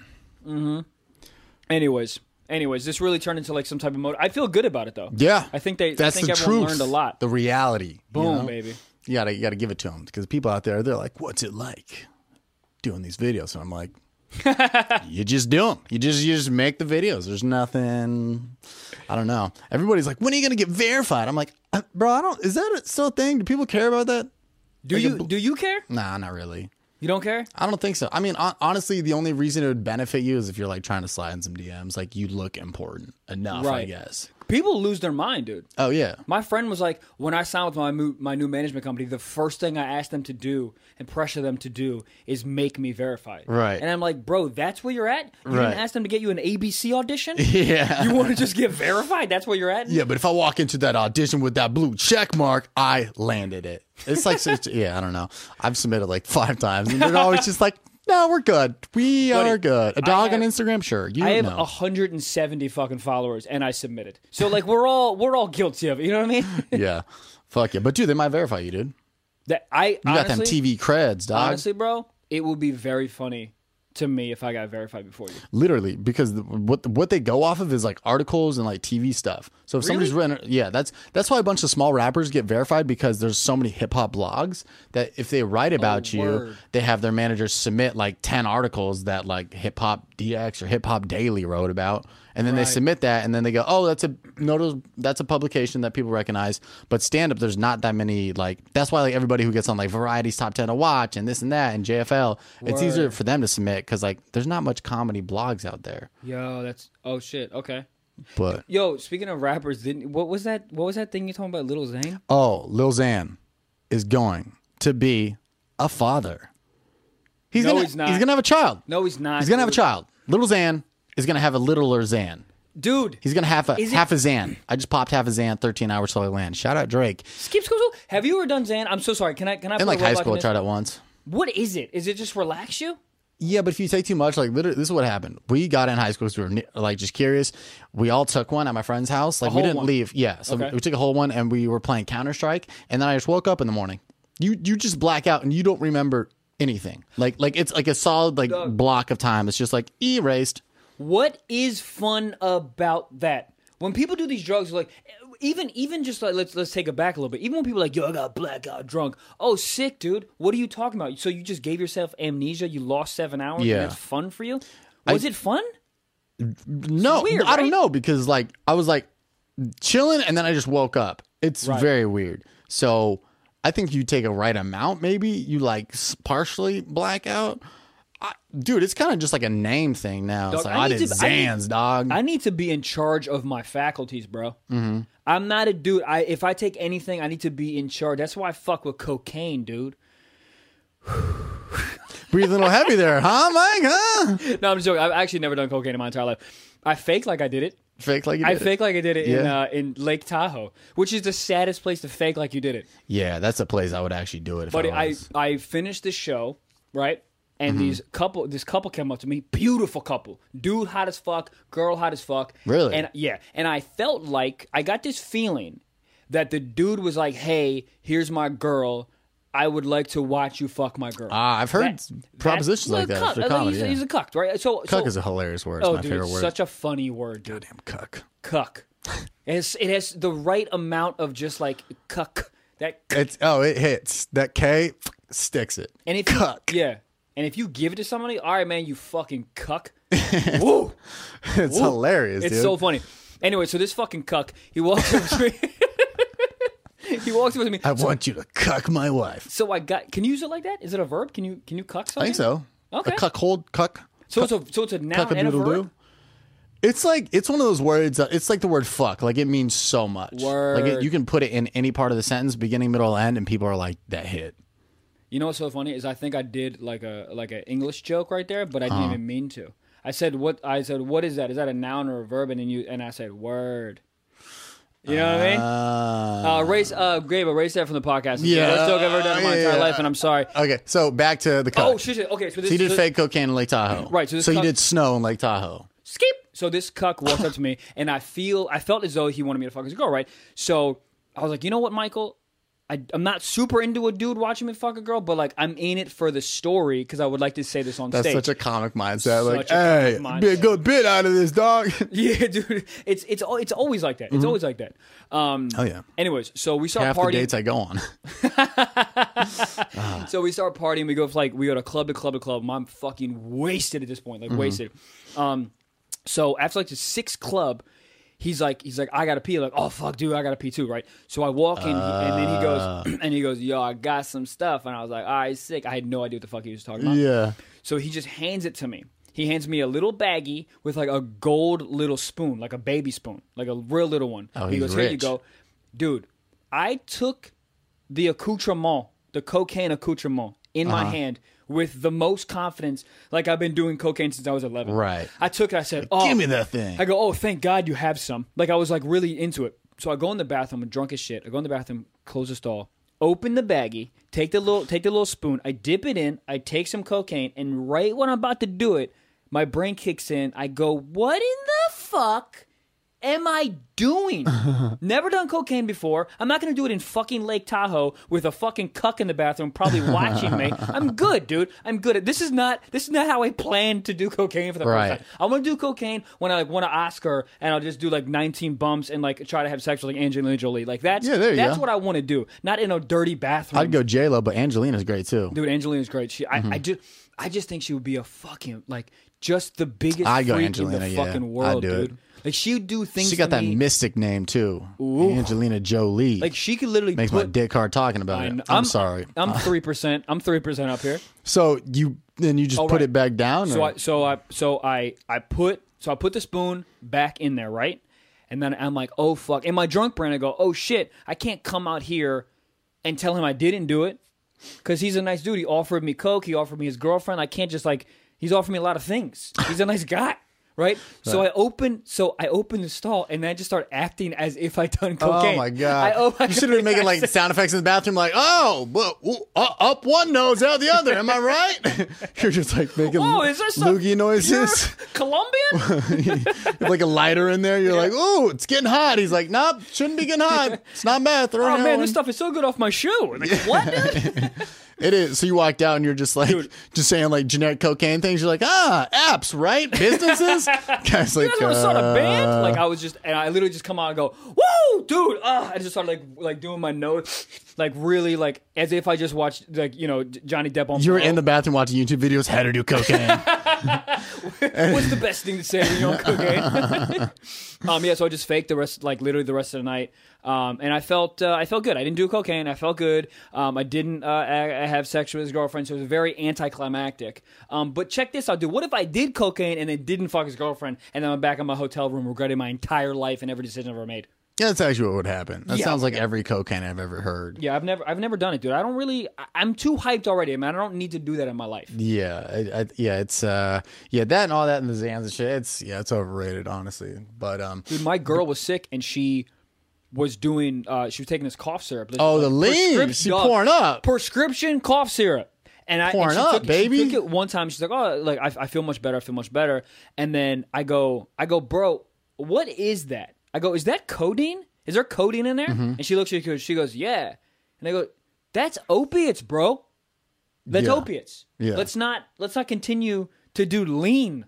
Anyways, anyways, this really turned into like some type of mode. I feel good about it though. Yeah, I think they. That's I think the everyone truth. learned a lot. The reality. Boom, you know? baby. You gotta you gotta give it to them because people out there they're like, "What's it like doing these videos?" And *laughs* I'm like, "You just do them. You just you just make the videos. There's nothing. I don't know. Everybody's like, "When are you gonna get verified?" I'm like, "Uh, "Bro, I don't. Is that still a thing? Do people care about that?" Do Like a you bl- do you care? Nah, not really. You don't care? I don't think so. I mean, hon- honestly, the only reason it would benefit you is if you're like trying to slide in some DMs. Like, you look important enough, I Right. guess. People lose their mind, dude. Oh yeah, *laughs* My friend was like, when I signed with my new, my new management company, the first thing I asked them to do and pressure them to do is make me verified. Right. And I'm like, bro, that's where you're at. You Right. didn't ask them to get you an ABC audition. *laughs* yeah. You want to just get verified? That's where you're at. Yeah, but if I walk into that audition with that blue check mark, I landed it. It's *laughs* like, such, yeah, I don't know. I've submitted like five times, and they're always just like, "No, we're good. We are good." A dog on have- Instagram, sure. You I have know, 170 fucking followers, and I submitted. So like, we're all we're all guilty of it. You know what I mean? *laughs* yeah, fuck yeah. But dude, they might verify you, dude. that I You honestly, got them TV creds, dog. honestly, bro, it would be very funny to me if I got verified before you. Literally, because the, what what they go off of is like articles and like TV stuff. So if somebody's written, yeah, that's that's why a bunch of small rappers get verified because there's so many hip hop blogs that if they write about you, word. they have their managers submit like ten articles that like Hip Hop DX or Hip Hop Daily wrote about, and then they submit that, and then they go, oh, that's a notice, that's a publication that people recognize. But stand up, there's not that many like. That's why like everybody who gets on like Variety's Top Ten to Watch and this and that and JFL, it's Word. easier for them to submit because like there's not much comedy blogs out there. Yo, that's oh shit. Okay. But Yo, speaking of rappers, didn't what was that? What was that thing you talking about, Little Zane? oh, Lil Xan is going to be a father. He's No, gonna he's not. he's gonna have a child. No, he's not. He's gonna have a dude. child. Little Zan is gonna have a littler Zan. Dude, He's gonna have a Is it- half a Zan. I just popped half a Zan. Thirteen hours till I land. Shout out Drake. Skip School. Have you ever done Xan? I'm so sorry. Can I? Can I? In put like a high roadblock school, in I this? tried it once. What is it? Is it just relax you? Yeah, but if you take too much, like literally, this is what happened. We got in high school because we were ni- like just curious. We all took one at my friend's house. Like we whole didn't one? leave. Yeah, so we, Okay. we took a whole one and we were playing Counter Strike. And then I just woke up in the morning. You you just black out and you don't remember anything. Like like it's like a solid like block of time. It's just like erased. What is fun about that? When people do these drugs, like even even just like let's let's take it back a little bit. Even when people are like yo, I got blackout drunk. Oh, sick, dude. What are you talking about? So you just gave yourself amnesia. You lost seven hours. Yeah. and that's fun for you. Was it fun? No, weird, I don't right? know because like I was like chilling and then I just woke up. It's very weird. So I think you take a right amount, maybe you like s- partially black out. I, dude, it's kind of just like a name thing now. it's Dog, like I I, need did to- I need- Zans, dog. I need to be in charge of my faculties, bro. I'm not a dude. I if I take anything, I need to be in charge. That's why I fuck with cocaine, dude. Breathe a little heavy there, huh, Mike? Huh? No, I'm just joking. I've actually never done cocaine in my entire life. I faked like I did it. Fake like you I did it. fake like I did it in Yeah. uh, in Lake Tahoe, which is the saddest place to fake like you did it. Yeah, that's a place I would actually do it. If But I, I was. I finished the show right, and Mm-hmm. these couple this couple came up to me, beautiful couple, dude hot as fuck, girl hot as fuck. Really? And yeah, and I felt like I got this feeling that the dude was like, "Hey, here's my girl. I would like to watch you fuck my girl." Ah, I've heard That- propositions well, like that. cuck. for Like, comedy, he's, yeah. he's a cuck, right? So cuck so, is a hilarious word. It's oh, my dude, favorite it's word. such a funny word, dude. Damn cuck. cuck. It has, it has the right amount of just like cuck that, cuck. It's oh, it hits that K sticks it. and if cuck. You, yeah, and if you give it to somebody, all right, man, you fucking *laughs* cuck. Woo, It's hilarious, it's dude. so funny. Anyway, so this fucking cuck, he walks up to me. he walks up to me. *laughs* I want you to cuck my wife. So I got. Can you use it like that? Is it a verb? Can you can you cuck something? I think so. Okay. A cuck hold cuck. So it's a so it's a noun Cuck a and a doodle verb. doo. It's like it's one of those words. That, it's like the word fuck. Like it means so much. Like it, Word. you can put it in any part of the sentence, beginning, middle, end, and people are like, "That hit." You know what's so funny is I think I did like a like an English joke right there, but I didn't Uh-huh. even mean to. I said what I said. What is that? Is that a noun or a verb? And then you and I said word. You know what I mean? Uh, Uh, erase, uh, Gabe, erase that from the podcast. It's Yeah. the worst joke I've ever done in my Yeah, entire yeah, life, and I'm sorry. okay, so back to the cuck. Oh shit, shit. Okay, so this so you did so- fake cocaine in Lake Tahoe, Right, so this so you cuck- did snow in Lake Tahoe. skip. So this cuck walked up to me, and I feel I felt as though he wanted me to fuck his girl, right? So I was like, you know what, Michael. I, I'm not super into a dude watching me fuck a girl, but like I'm in it for the story because I would like to say this on That's stage. such a comic mindset. Like, Such a hey, comic be a mindset. good bit out of this *laughs* dog. *laughs* Yeah, dude. It's it's al- it's always like that. It's always like that. Um, Oh, Mm-hmm. yeah. Anyways, so we start Half the partying. dates I go on. so we start partying. We go for, like we go to club to club to club. I'm fucking wasted at this point. Like wasted. Um, so after like the sixth club, he's like he's like I gotta pee. Like oh fuck, dude, I gotta pee too. Right. So I walk in and then he goes *clears throat* and he goes yo, I got some stuff. And I was like all right, sick. I had no idea what the fuck he was talking about. yeah. So he just hands it to me. He hands me a little baggie with like a gold little spoon, like a baby spoon, like a real little one. Oh, he he's goes, "Here you rich. go, dude." I took the accoutrement, the cocaine accoutrement, in Uh-huh. my hand with the most confidence, like I've been doing cocaine since I was eleven. Right. I took it. I said, "Oh, Give me that thing. I go, oh, thank God you have some. Like I was like really into it. So I go in the bathroom, I'm drunk as shit. I go in the bathroom, close the stall, open the baggie, take the little take the little spoon, I dip it in, I take some cocaine, and right when I'm about to do it, my brain kicks in. I go, what in the fuck? Am I *laughs* doing? Never done cocaine before. I'm not gonna do it in fucking Lake Tahoe with a fucking cuck in the bathroom, probably watching *laughs* me. I'm good, dude. I'm good. at This is not. This is not how I planned to do cocaine for the Right. first time. I want to do cocaine when I like won an Oscar and I'll just do like 19 bumps and like try to have sex with like Angelina Jolie. Like that's Yeah, there you that's go. what I want to do. Not in a dirty bathroom. I'd go Mm-hmm. J Lo, but Angelina's great too. Dude, Angelina's great. She, I, I just, I just think she would be a fucking like just the biggest I'd go freak Angelina, in the yeah. fucking I'd world, do it. dude. Like she would do things. She got to that me- mystic name too, Angelina Jolie. Like she could literally makes my put. dick hard talking about it. I'm, sorry. *laughs* I'm three percent. I'm three percent up here. So you then you just put right. it back down. So or- I so I so I I put so I put the spoon back in there, right? And then I'm like, oh fuck. In my drunk brain, I go, oh shit, I can't come out here and tell him I didn't do it. because he's a nice dude. He offered me coke. He offered me his girlfriend. I can't just like he's offered me a lot of things. He's a nice guy, right? So I open, so I open the stall, and then I just start acting as if I done cocaine. Oh my god! I, oh my you should have been God. making *laughs* like sound effects in the bathroom, like "Oh, well, ooh, uh, up one nose, out the other." Am I right? *laughs* You're just like making Oh, is there some loogie noises. pure *laughs* Colombian? like a lighter in there. You're like, "Ooh, it's getting hot." He's like, "Nope, shouldn't be getting hot. It's not meth. They're Oh on man, heroin." this stuff is so good off my shoe. Like, what? dude? It is. So you walked out and you're just like, just saying like generic cocaine things. You're like, "Ah, apps, right? Businesses." Guys, like, *laughs* You guys want to start *laughs* a band? uh, Like I was just, and I literally just come out and go, "Woo, dude!" Uh, I just started like, like doing my notes, like really, like as if I just watched, like you know, J- Johnny Depp on. you were Parole. in the bathroom watching YouTube videos how to *laughs* do cocaine. *laughs* What's the best thing to say when you're on cocaine? um, yeah, so I just faked the rest, like literally the rest of the night, um, and I felt uh, I felt good. I didn't do cocaine. I felt good. Um, I didn't uh, I, have sex with his girlfriend, so it was very anticlimactic. Um, but check this out, dude. What if I did cocaine and then didn't fuck his girlfriend, and then I'm back in my hotel room regretting my entire life and every decision I've ever made? yeah, that's actually what would happen. That Yeah. sounds like every cocaine I've ever heard. Yeah, I've never I've never done it, dude. I don't really. I, I'm too hyped already. I mean, I don't need to do that in my *laughs* life. Yeah, I, I, yeah, it's uh, yeah, that and all that and the Zans and shit. It's yeah, it's overrated, honestly. But um, Dude, my girl was sick and she was doing uh she was taking this cough syrup. This- Oh, the uh, leaves. prescrip- She dog, pouring up. Prescription cough syrup. And I and Pouring she up, took, she baby. took it one time. She's like, "Oh, like I, I feel much better. I feel much better." And then I go, I go, bro, what is that? I go, is that codeine? Is there codeine in there? Mm-hmm. And she looks at me. She goes, yeah. And I go, that's opiates, bro. That's Yeah. opiates. Yeah. Let's not let's not continue to do lean.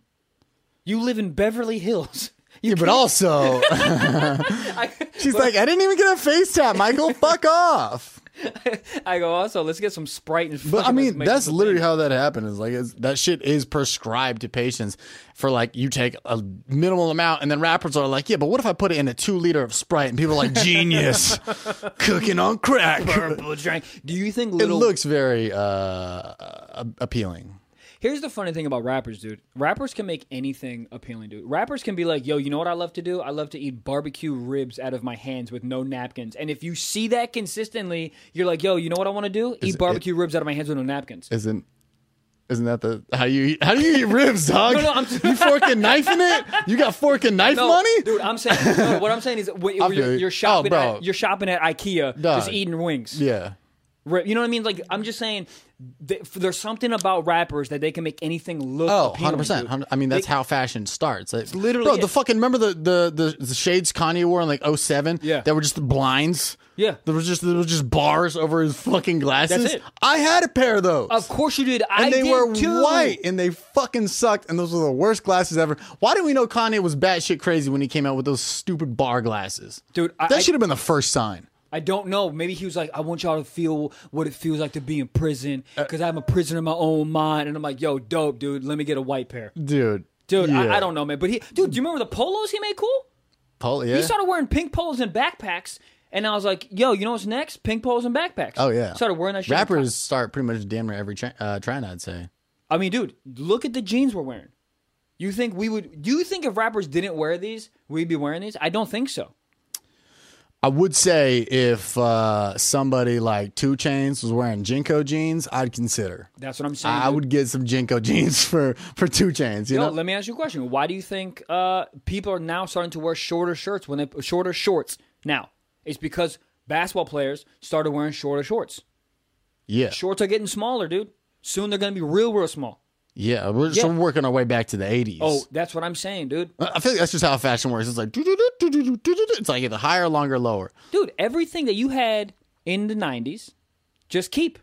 You live in Beverly Hills. *laughs* You yeah, but also, *laughs* I, she's like, I didn't even get a FaceTime, Michael. Fuck off. I go also. Let's get some Sprite and. But I fucking mean, make that's this a *laughs* literally thing." how that happened. Is like it's, that shit is prescribed to patients for like you take a minimal amount, and then rappers are like, yeah, but what if I put it in a two liter of Sprite? And people are *laughs* like, genius, cooking on crack. Purple drink. Do you think It little? looks very uh, a- appealing. Here's the funny thing about rappers, dude. Rappers can make anything appealing, dude. Rappers can be like, "Yo, you know what I love to do? I love to eat barbecue ribs out of my hands with no napkins." And if you see that consistently, you're like, "Yo, you know what I want to do? Eat it- barbecue ribs out of my hands with no napkins." Isn't isn't that the how you eat, how do you eat ribs, dog? *laughs* No, no, I'm- you fork and knife in it. You got fork and knife No, money. dude. I'm saying no, what I'm saying *laughs* is when, when feel you're, you. you're shopping Oh, bro. at you're shopping at IKEA, just Dog. eating wings. Yeah, Ri- You know what I mean? Like I'm just saying, th- f- there's something about rappers that they can make anything look. Oh, appealing, 100%. dude. Hun- I mean, that's how fashion starts. It's literally Bro, it. the fucking remember the the the, the shades Kanye wore in like 07? Yeah. That were just the blinds. Yeah. There was just there was just bars over his fucking glasses. That's it. I had a pair of those. Of course you did. I and they did were too. white and they fucking sucked and those were the worst glasses ever. Why didn't we know Kanye was batshit crazy when he came out with those stupid bar glasses? Dude, I- I- that should have been the first sign. I don't know. Maybe he was like, I want y'all to feel what it feels like to be in prison Uh, because I'm a prisoner in my own mind. And I'm like, yo, dope, dude. Let me get a white pair, Dude. dude. yeah. I, I don't know, man. But he, dude, do you remember the polos he made cool? Paul, yeah. He started wearing pink polos and backpacks. And I was like, yo, you know what's next? Pink polos and backpacks. oh yeah. Started wearing that shit. Rappers start pretty much damn near every tra- uh, trend, I'd say. I mean, dude, look at the jeans we're wearing. You think we would? Do you think if rappers didn't wear these, we'd be wearing these? I don't think so. I would say if uh, somebody like Two Chains was wearing Jinko jeans, I'd consider. That's what I'm saying. I dude. would get some Jinko *laughs* jeans for for Two Chains. You No, know, let me ask you a question. Why do you think uh, people are now starting to wear shorter shirts when they shorter shorts? Now it's because basketball players started wearing shorter shorts. yeah, Shorts are getting smaller, dude. Soon they're gonna be real, real small. yeah. We're just Yeah. working our way back to the eighties. Oh, that's what I'm saying, dude. I feel like that's just how fashion works. It's like doo-doo-doo, doo-doo-doo, doo-doo-doo. it's like either higher, longer, lower. Dude, everything that you had in the '90s, just keep,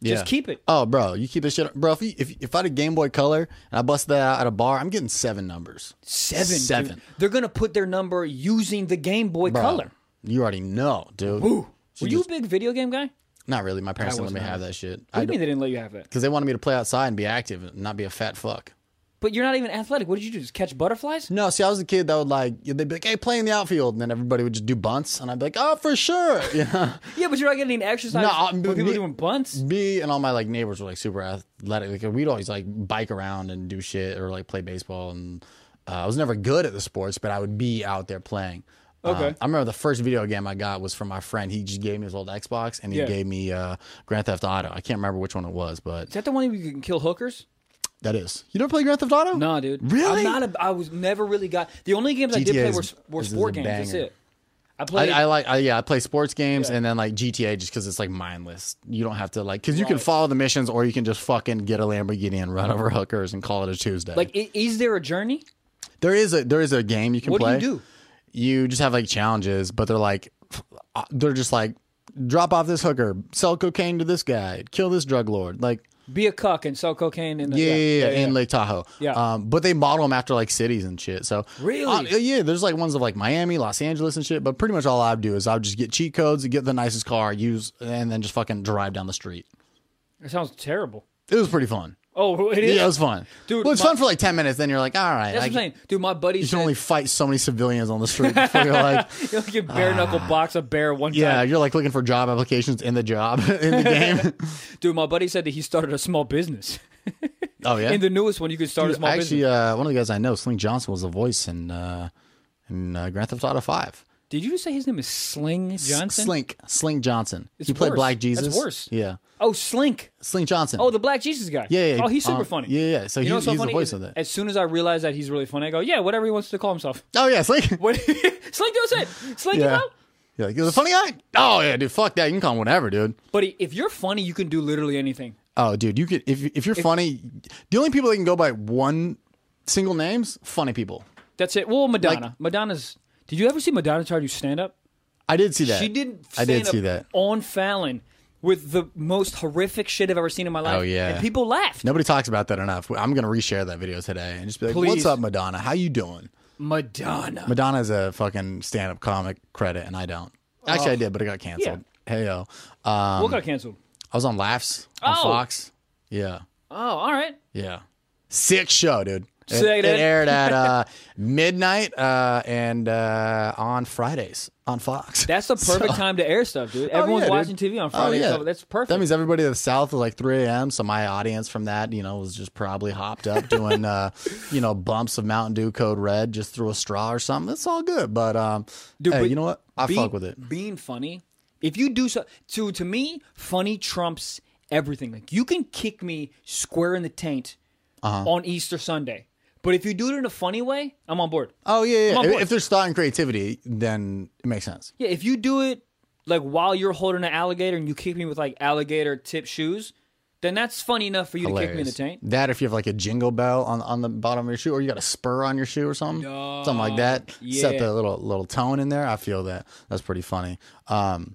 Yeah. just keep it. Oh, bro, you keep this shit, bro. If you, if if I had a Game Boy Color and I busted that out at a bar, I'm getting seven numbers. Seven, dude. Seven. They're gonna put their number using the Game Boy Bro, Color. You already know, dude. Ooh, were you a big video game guy? Not really. My parents didn't let me wasn't have that shit. What do I you mean they didn't let you have it? because they wanted me to play outside and be active and not be a fat fuck. But you're not even athletic. What did you do? Just catch butterflies? No, see, I was a kid that would like they'd be like, "Hey, play in the outfield," and then everybody would just do bunts, and I'd be like, "Oh, for sure." *laughs* Yeah. Yeah, but you're not getting any exercise. No, I- when people me- are doing bunts. Me and all my like neighbors were like super athletic. Like, we'd always like bike around and do shit or like play baseball, and uh, I was never good at the sports, but I would be out there playing. Okay. Uh, I remember the first video game I got was from my friend. He just gave me his old Xbox and he Yeah. gave me uh, Grand Theft Auto. I can't remember which one it was, but Is that the one where you can kill hookers? that is. You don't play Grand Theft Auto? No, dude. Really? I'm not a, I was never really got. The only games I did GTA play is- were, s- were is a sport games. That's banger. it. I played. I, I like I, yeah I play sports games and then like GTA just because it's like mindless you don't have to like because you can Right. follow the missions or you can just fucking get a Lamborghini and run *laughs* over hookers and call it a Tuesday like, i- is there a journey? there is a there is a game you can What do you play do? you just have like challenges but they're like f- uh, they're just like drop off this hooker sell cocaine to this guy kill this drug lord like Be a cuck and sell cocaine and uh, yeah, yeah, yeah, in Lake Tahoe. Yeah. Um, but they model them after like cities and shit. So Really? Uh, yeah, there's like ones of like Miami, Los Angeles, and shit. But pretty much all I would do is I would just get cheat codes, get the nicest car, use, and then just fucking drive down the street. It sounds terrible. It was pretty fun. Oh, *laughs* it is. Yeah, it was fun, Dude, Well, it's my- fun for like ten minutes. Then you're like, all right, That's what I I'm saying, dude. My buddy You can said only fight so many civilians on *laughs* the street before you're like, you *laughs* only can bare knuckle box a bear one time. Ah. *laughs* yeah, you're like looking for job applications in the job *laughs* in the *laughs* game. Dude, my buddy said that he started a small business. oh yeah, In the newest one, you can start Dude, a small actually, business. uh, one of the guys I know, Sling Johnson, was a voice in uh, in uh, Grand Theft Auto Five. Did you just say his name is Sling Johnson? Slink. Slink Johnson. It's he played worse. Black That's Jesus. worse. Yeah. Oh, Slink. Slink Johnson. Oh, the Black Jesus guy. yeah, yeah. Oh, he's super um, funny. Yeah, yeah. So You know he's, what's so he's the funny? voice is of that. As soon as I realize that he's really funny, I go, yeah, whatever he wants to call himself. *laughs* Oh yeah, Slink. What? Slink does it. Slink him Yeah. out. You're like, you're the funny guy? Oh yeah, dude. Fuck that. You can call him whatever, dude. But if you're funny, you can do literally anything. Oh, dude. You could if if you're funny, the only people that can go by one single names, funny people. That's it. Well, Madonna. Madonna's. Did you ever see Madonna try to do stand up? I did see that. She did. I Stand did see up that. on Fallon with the most horrific shit I've ever seen in my life. Oh, yeah. and people laughed. Nobody talks about that enough. I'm gonna reshare that video today and just be like, Please. "What's up, Madonna? How you doing?" Madonna. Madonna's a fucking stand-up comic credit, and I don't. Actually, I did, but it got canceled. Hey yo, um, What got canceled? I was on Laughs on Oh. Fox. Yeah, Oh, all right. yeah. Sick show, dude. It, Sick, it dude. *laughs* aired at uh, midnight uh, and uh, on Fridays on Fox. That's the perfect time to air stuff, dude. Everyone's Oh, yeah, dude. watching TV on Friday, so that's perfect. That means everybody in the South was like 3 a.m. So my audience from that, you know, was just probably hopped up *laughs* doing, uh, you know, bumps of Mountain Dew Code Red just through a straw or something. That's all good. But, um, Dude, hey, but you know what? I being- fuck with it. Being funny, if you do so, to to me, funny trumps everything. Like you can kick me square in the taint Uh-huh. on Easter Sunday, but if you do it in a funny way, I'm on board. Oh, yeah, I'm yeah. on If, board. if there's thought and creativity, then it makes sense. Yeah, if you do it like while you're holding an alligator and you kick me with like alligator tip shoes, then that's funny enough for you to kick me in the Hilarious. taint. That if you have like a jingle bell on on the bottom of your shoe, or you got a spur on your shoe or something, something like that. Set yeah. the little little tone in there. I feel that that's pretty funny. Um,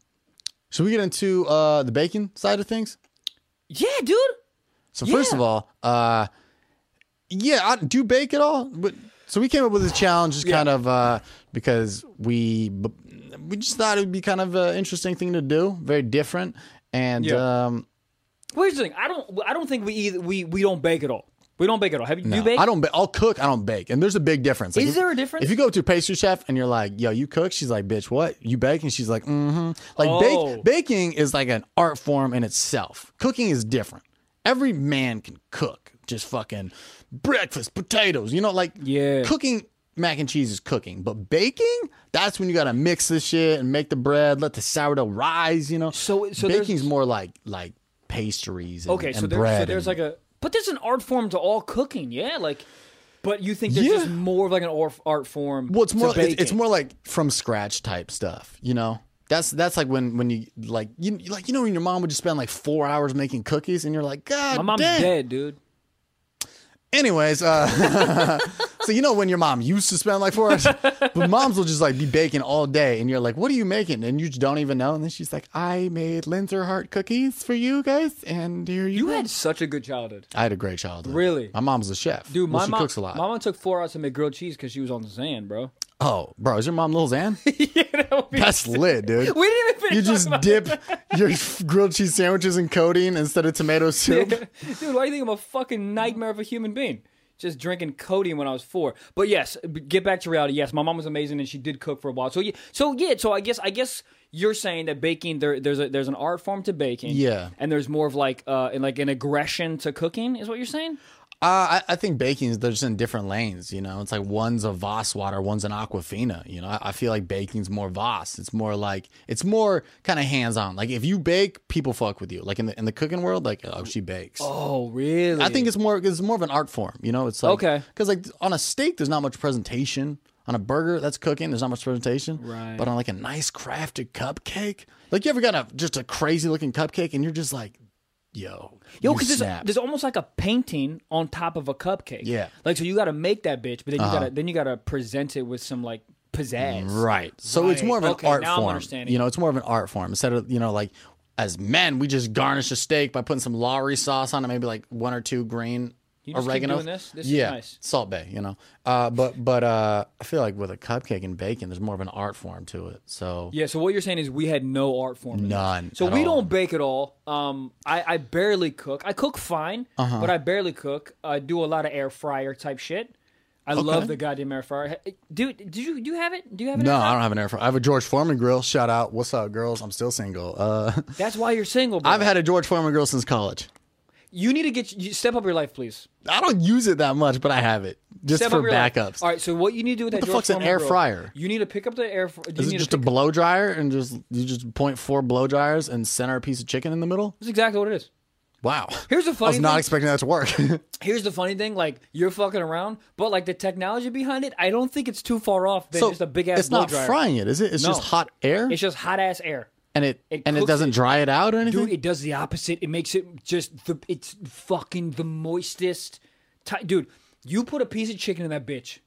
should we get into uh, the bacon side of things? Yeah, dude. So first Yeah. of all, uh, yeah, I, do you bake at all? But so we came up with this challenge, just kind of uh, because we b- we just thought it would be kind of an interesting thing to do, very different, and Yeah. um, Well, Here's the thing. I don't. I don't think we either, we we don't bake at all. We don't bake at all. Have you? you bake? I don't. Ba- I'll cook. I don't bake. And there's a big difference. Like Is if- there a difference? If you go up to a pastry chef and you're like, "Yo, you cook," she's like, "Bitch, what? You bake?" And she's like, "Mm-hmm." Like Oh. bake, baking is like an art form in itself. Cooking is different. Every man can cook. Just fucking breakfast, potatoes. You know, like Yeah. cooking. Mac and cheese is cooking, but baking, that's when you gotta mix this shit and make the bread, let the sourdough rise, you know. So- so there's- baking's more like like pastries and, Okay, so, and there, bread. so there's and- like a but there's an art form to all cooking, yeah. Like, but you think there's Yeah. just more of like an or- art form? Well, it's to more it's, it's baking. more like from scratch type stuff, you know. That's that's like when when you like you like you know when your mom would just spend like four hours making cookies and you're like God My mom's damn. dead, dude. Anyways, uh, *laughs* so you know when your mom used to spend *laughs* like four hours, but moms will just like be baking all day and you're like, what are you making? And you just don't even know. And then she's like, I made Linzerhart cookies for you guys, and here you, You go." had such a good childhood, I had a great childhood. Really? my mom's a chef. dude. Well, my she mom cooks a lot. My mom took four hours to make grilled cheese because she was on the sand, bro. oh, bro, is your mom *laughs* Lil Xan? That's lit, dude. We didn't even finish. You talking just about dip *laughs* your grilled cheese sandwiches in codeine instead *laughs* of tomato soup. it. dude. Why do you think I'm a fucking nightmare of a human being? Just drinking codeine when I was four. But yes, b- get back to reality. Yes, my mom was amazing and she did cook for a while. So yeah, so yeah, so I guess I guess you're saying that baking there there's a there's an art form to baking. Yeah. and there's more of like uh and like an aggression to cooking is what you're saying. Uh, I, I think baking, they're just in different lanes. You know, it's like one's a Voss water, one's an Aquafina. You know, I, I feel like baking's more Voss. It's more like, it's more kind of hands on. Like if you bake, people fuck with you. Like in the, in the cooking world, like, oh, she bakes. Oh, really? I think it's more, it's more of an art form. You know, it's like, Okay. Because like on a steak, there's not much presentation. On a burger, that's cooking. There's not much presentation. Right. But on like a nice crafted cupcake, like you ever got a just a crazy looking cupcake and you're just like, yo, Yo, you because there's, snapped. there's almost like a painting on top of a cupcake. Yeah. Uh-huh. Like so, you got to make that bitch, but then you got to then you got to present it with some like pizzazz. Right. So it's Right. more of an Okay, art now I'm form. understanding. You know, it's more of an art form instead of you know like as men we just garnish a steak by putting some Lowry sauce on it, maybe like one or two green You just keep oregano. doing this? This is yeah, nice. Salt Bay. You know, uh, but but uh, I feel like with a cupcake and bacon, there's more of an art form to it. So Yeah. So what you're saying is we had no art form. in this. None So at we all. don't bake at all. Um, I, I barely cook. I cook fine, Uh-huh. but I barely cook. I do a lot of air fryer type shit. I love the goddamn air fryer. Hey, Dude, did you do you have it? Do you have it? no, I don't have an air fryer. I have a George Foreman grill. Shout out, what's up, girls? I'm still single. Uh, *laughs* That's why you're single. Bro. I've had a George Foreman grill since college. You need to get you step up your life, please. I don't use it that much, but I have it just Step for up your life. backups. All right. So what you need to do with that the George fuck's an Foreman air grill, fryer? You need to pick up the air. fr- You Is need it to just a pick- blow dryer and just you just point four blow dryers and center a piece of chicken in the middle? That's exactly what it is. Wow. Here's the I funny was not thing. expecting that to *laughs* work. Here's the funny thing. Like you're fucking around, but like the technology behind it, I don't think it's too far off than just a big ass It's blow not dryer. frying it, is it? It's No. just hot air, It's just hot ass air. and it, it and it cooks doesn't dry it out or anything. Dude, it does the opposite. It makes it just the it's fucking the moistest. Ty- Dude, you put a piece of chicken in that bitch.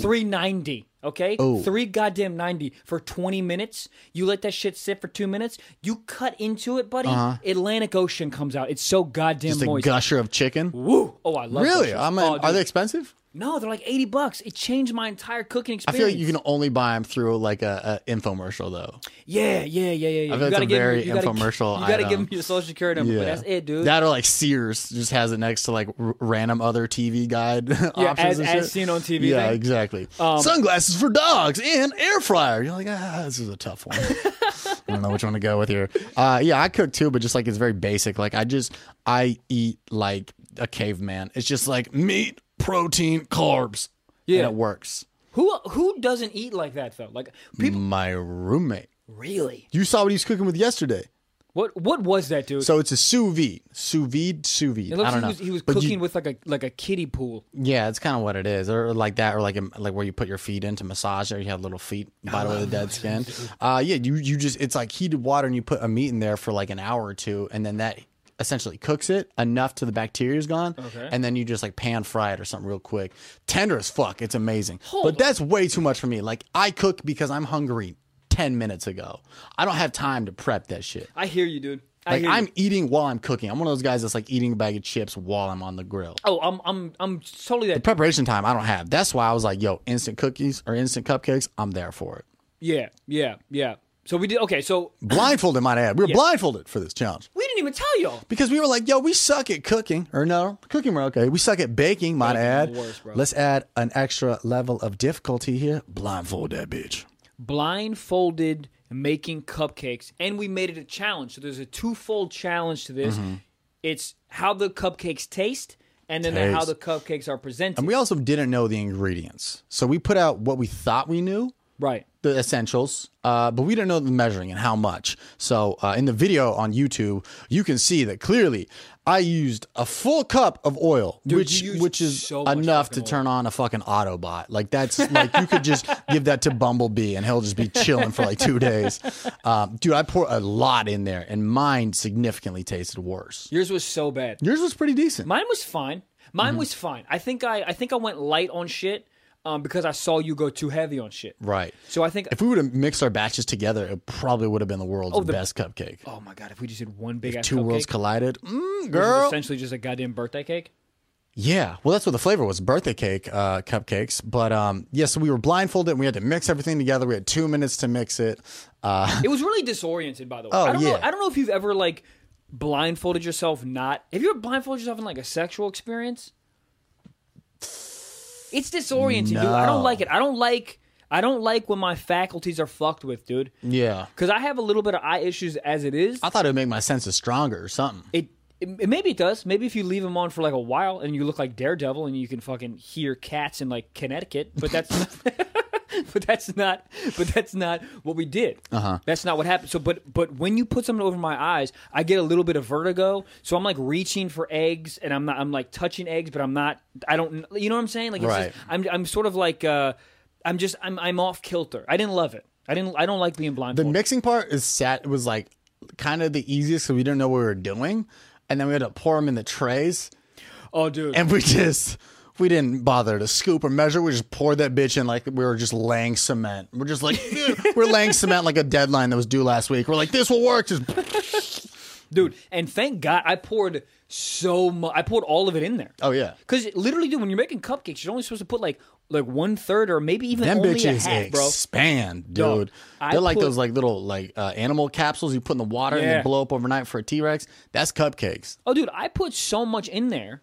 390, okay? 3 goddamn 90 for 20 minutes. You let that shit sit for 2 minutes. You cut into it, buddy. Atlantic Ocean comes out. It's so goddamn It's Uh-huh. a moist. gusher of chicken. Woo! Oh, I love Really? Oceans. I mean, Oh, are dude. they expensive? No, they're like 80 bucks. It changed my entire cooking I experience. feel like you can only buy them through like a, a infomercial though. Yeah, yeah, yeah, yeah, yeah. I feel you it's gotta a give very me, you gotta, infomercial You gotta give item. me your social security number, but that's it, dude. That or like Sears just has it next to like r- random other TV guide *laughs* options. as- and as shit. seen on TV Yeah, thing. Um, exactly. Sunglasses for dogs and air fryer. You're like, ah, this is a *laughs* tough one. I don't know which one to go with here. Uh, yeah, I cook too, but just like it's very basic. Like I just I eat like a caveman. It's just like meat, protein, carbs. Yeah. and it works. Who who doesn't eat like that though? Like people My roommate. really. You saw what he was cooking with yesterday. What what was that dude? So it's a sous vide, sous vide, sous vide. it looks I like don't he know. was, he was But you- cooking with like a like a kiddie pool. Yeah, it's kind of what it is, or like that, or like um, like where you put your feet in to massage, or you have little feet by the way, the *laughs* dead skin. Uh, yeah, you you just it's like heated water, and you put a meat in there for like an hour or two, and then that essentially cooks it enough to the bacteria's gone, and then you just like pan fry it or something real quick. Tender as fuck, it's amazing. but that's way too much for me. Like I cook because I'm hungry. Ten minutes ago, I don't have time to prep that shit. I hear you, dude. I Like hear you. I'm eating while I'm cooking. I'm one of those guys that's like eating a bag of chips while I'm on the grill Oh, I'm I'm I'm totally that. preparation time I don't have. That's why I was like, yo, instant cookies or instant cupcakes, I'm there for it. *clears throat* Yeah, yeah, yeah. So we did okay. So Blindfolded, might I add. We were blindfolded for this challenge we didn't even tell y'all. because we were like, yo, we suck at cooking. Or no, cooking we're okay. We suck at baking, might I add. Baking's the worst, bro. Let's add an extra level of difficulty here. Blindfold that bitch. blindfolded making cupcakes and we made it a challenge so there's a twofold challenge to this Mm-hmm. it's how the cupcakes taste and then how Taste. the cupcakes are presented And we also didn't know the ingredients. So we put out what we thought we knew. right the essentials, uh, but we didn't know the measuring and how much. So uh, in the video on YouTube, you can see that clearly I used a full cup of oil, which you used which is so much enough to fucking turn on a fucking Autobot. Like that's like you could *laughs* just give that to Bumblebee and he'll just be chilling for like two days. Um, dude, I poured a lot in there, and mine significantly tasted worse. yours was so bad Yours was pretty decent. mine was fine mine Mm-hmm. was fine i think i i think i went light on shit um, because i saw you go too heavy on shit right. so i think If we would have mixed our batches together, it probably would have been the world's the- best cupcake. oh my god if we just did one big ass Two cupcake, worlds collided. Mm, this is girl. essentially just a goddamn birthday cake Yeah, well, that's what the flavor was: birthday cake uh, cupcakes. But um, yeah, so we were blindfolded and we had to mix everything together. We had two minutes to mix it. Uh, It was really disoriented, by the way. I don't know, Oh, I yeah. don't know if you've ever like blindfolded yourself. Not have you ever blindfolded yourself in like a sexual experience? It's disorienting, dude. I don't No. like it. I don't like. I don't like when my faculties are fucked with, dude. yeah, Because I have a little bit of eye issues as it is. I thought it would make my senses stronger or something. It It- it- maybe it does. Maybe if you leave them on for like a while and you look like Daredevil and you can fucking hear cats in like Connecticut, but that's *laughs* *laughs* not, but that's not but that's not what we did. Uh-huh. That's not what happened. So but but when you put something over my eyes, I get a little bit of vertigo. So I'm like reaching for eggs and I'm not I'm like touching eggs, but I'm not I don't you know what I'm saying? Like it's Right. just, I'm I'm sort of like uh I'm just I'm I'm off kilter. I didn't love it. I didn't I don't like being The blindfolded. mixing part is sat was like kind of the easiest because we didn't know what we were doing, and then we had to pour them in the trays, oh dude. and we *laughs* just we didn't bother to scoop or measure. We just poured that bitch in like we were just laying cement. We're just like *laughs* we're laying cement like a deadline that was due last week. We're like this will work. Just dude. And thank God I poured so much. I poured all of it in there. oh yeah, because literally, dude, when you're making cupcakes, you're only supposed to put like like one third or maybe even them only a bitches half, bro. expand, Dog, dude. I They're like put- those like little like uh, animal capsules you put in the water and Yeah. they blow up overnight for a T Rex. That's cupcakes. Oh, dude, I put so much in there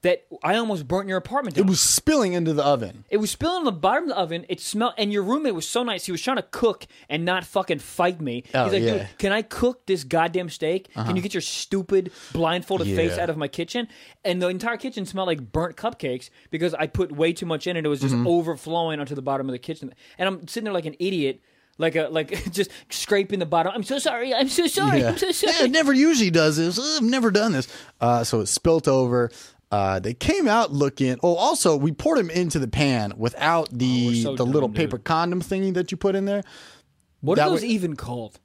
that I almost burnt your apartment down. It was spilling into the oven. It was spilling on the bottom of the oven. It smelled, and your roommate was so nice. He was trying to cook and not fucking fight me. Oh, He's like, yeah. dude, can I cook this goddamn steak? Can you get your stupid blindfolded Yeah. face out of my kitchen? And the entire kitchen smelled like burnt cupcakes because I put way too much in and it was just overflowing onto the bottom of the kitchen. And I'm sitting there like an idiot. Like a like, just scraping the bottom. I'm so sorry. I'm so sorry. Yeah. I'm *laughs* so Yeah, sorry. it never usually does this. Ugh, I've never done this. Uh, so it spilt over. Uh, they came out looking. Oh, also we poured them into the pan without the Oh, so the little dumb, dude. paper condom thingy that you put in there. what are that those would- even called?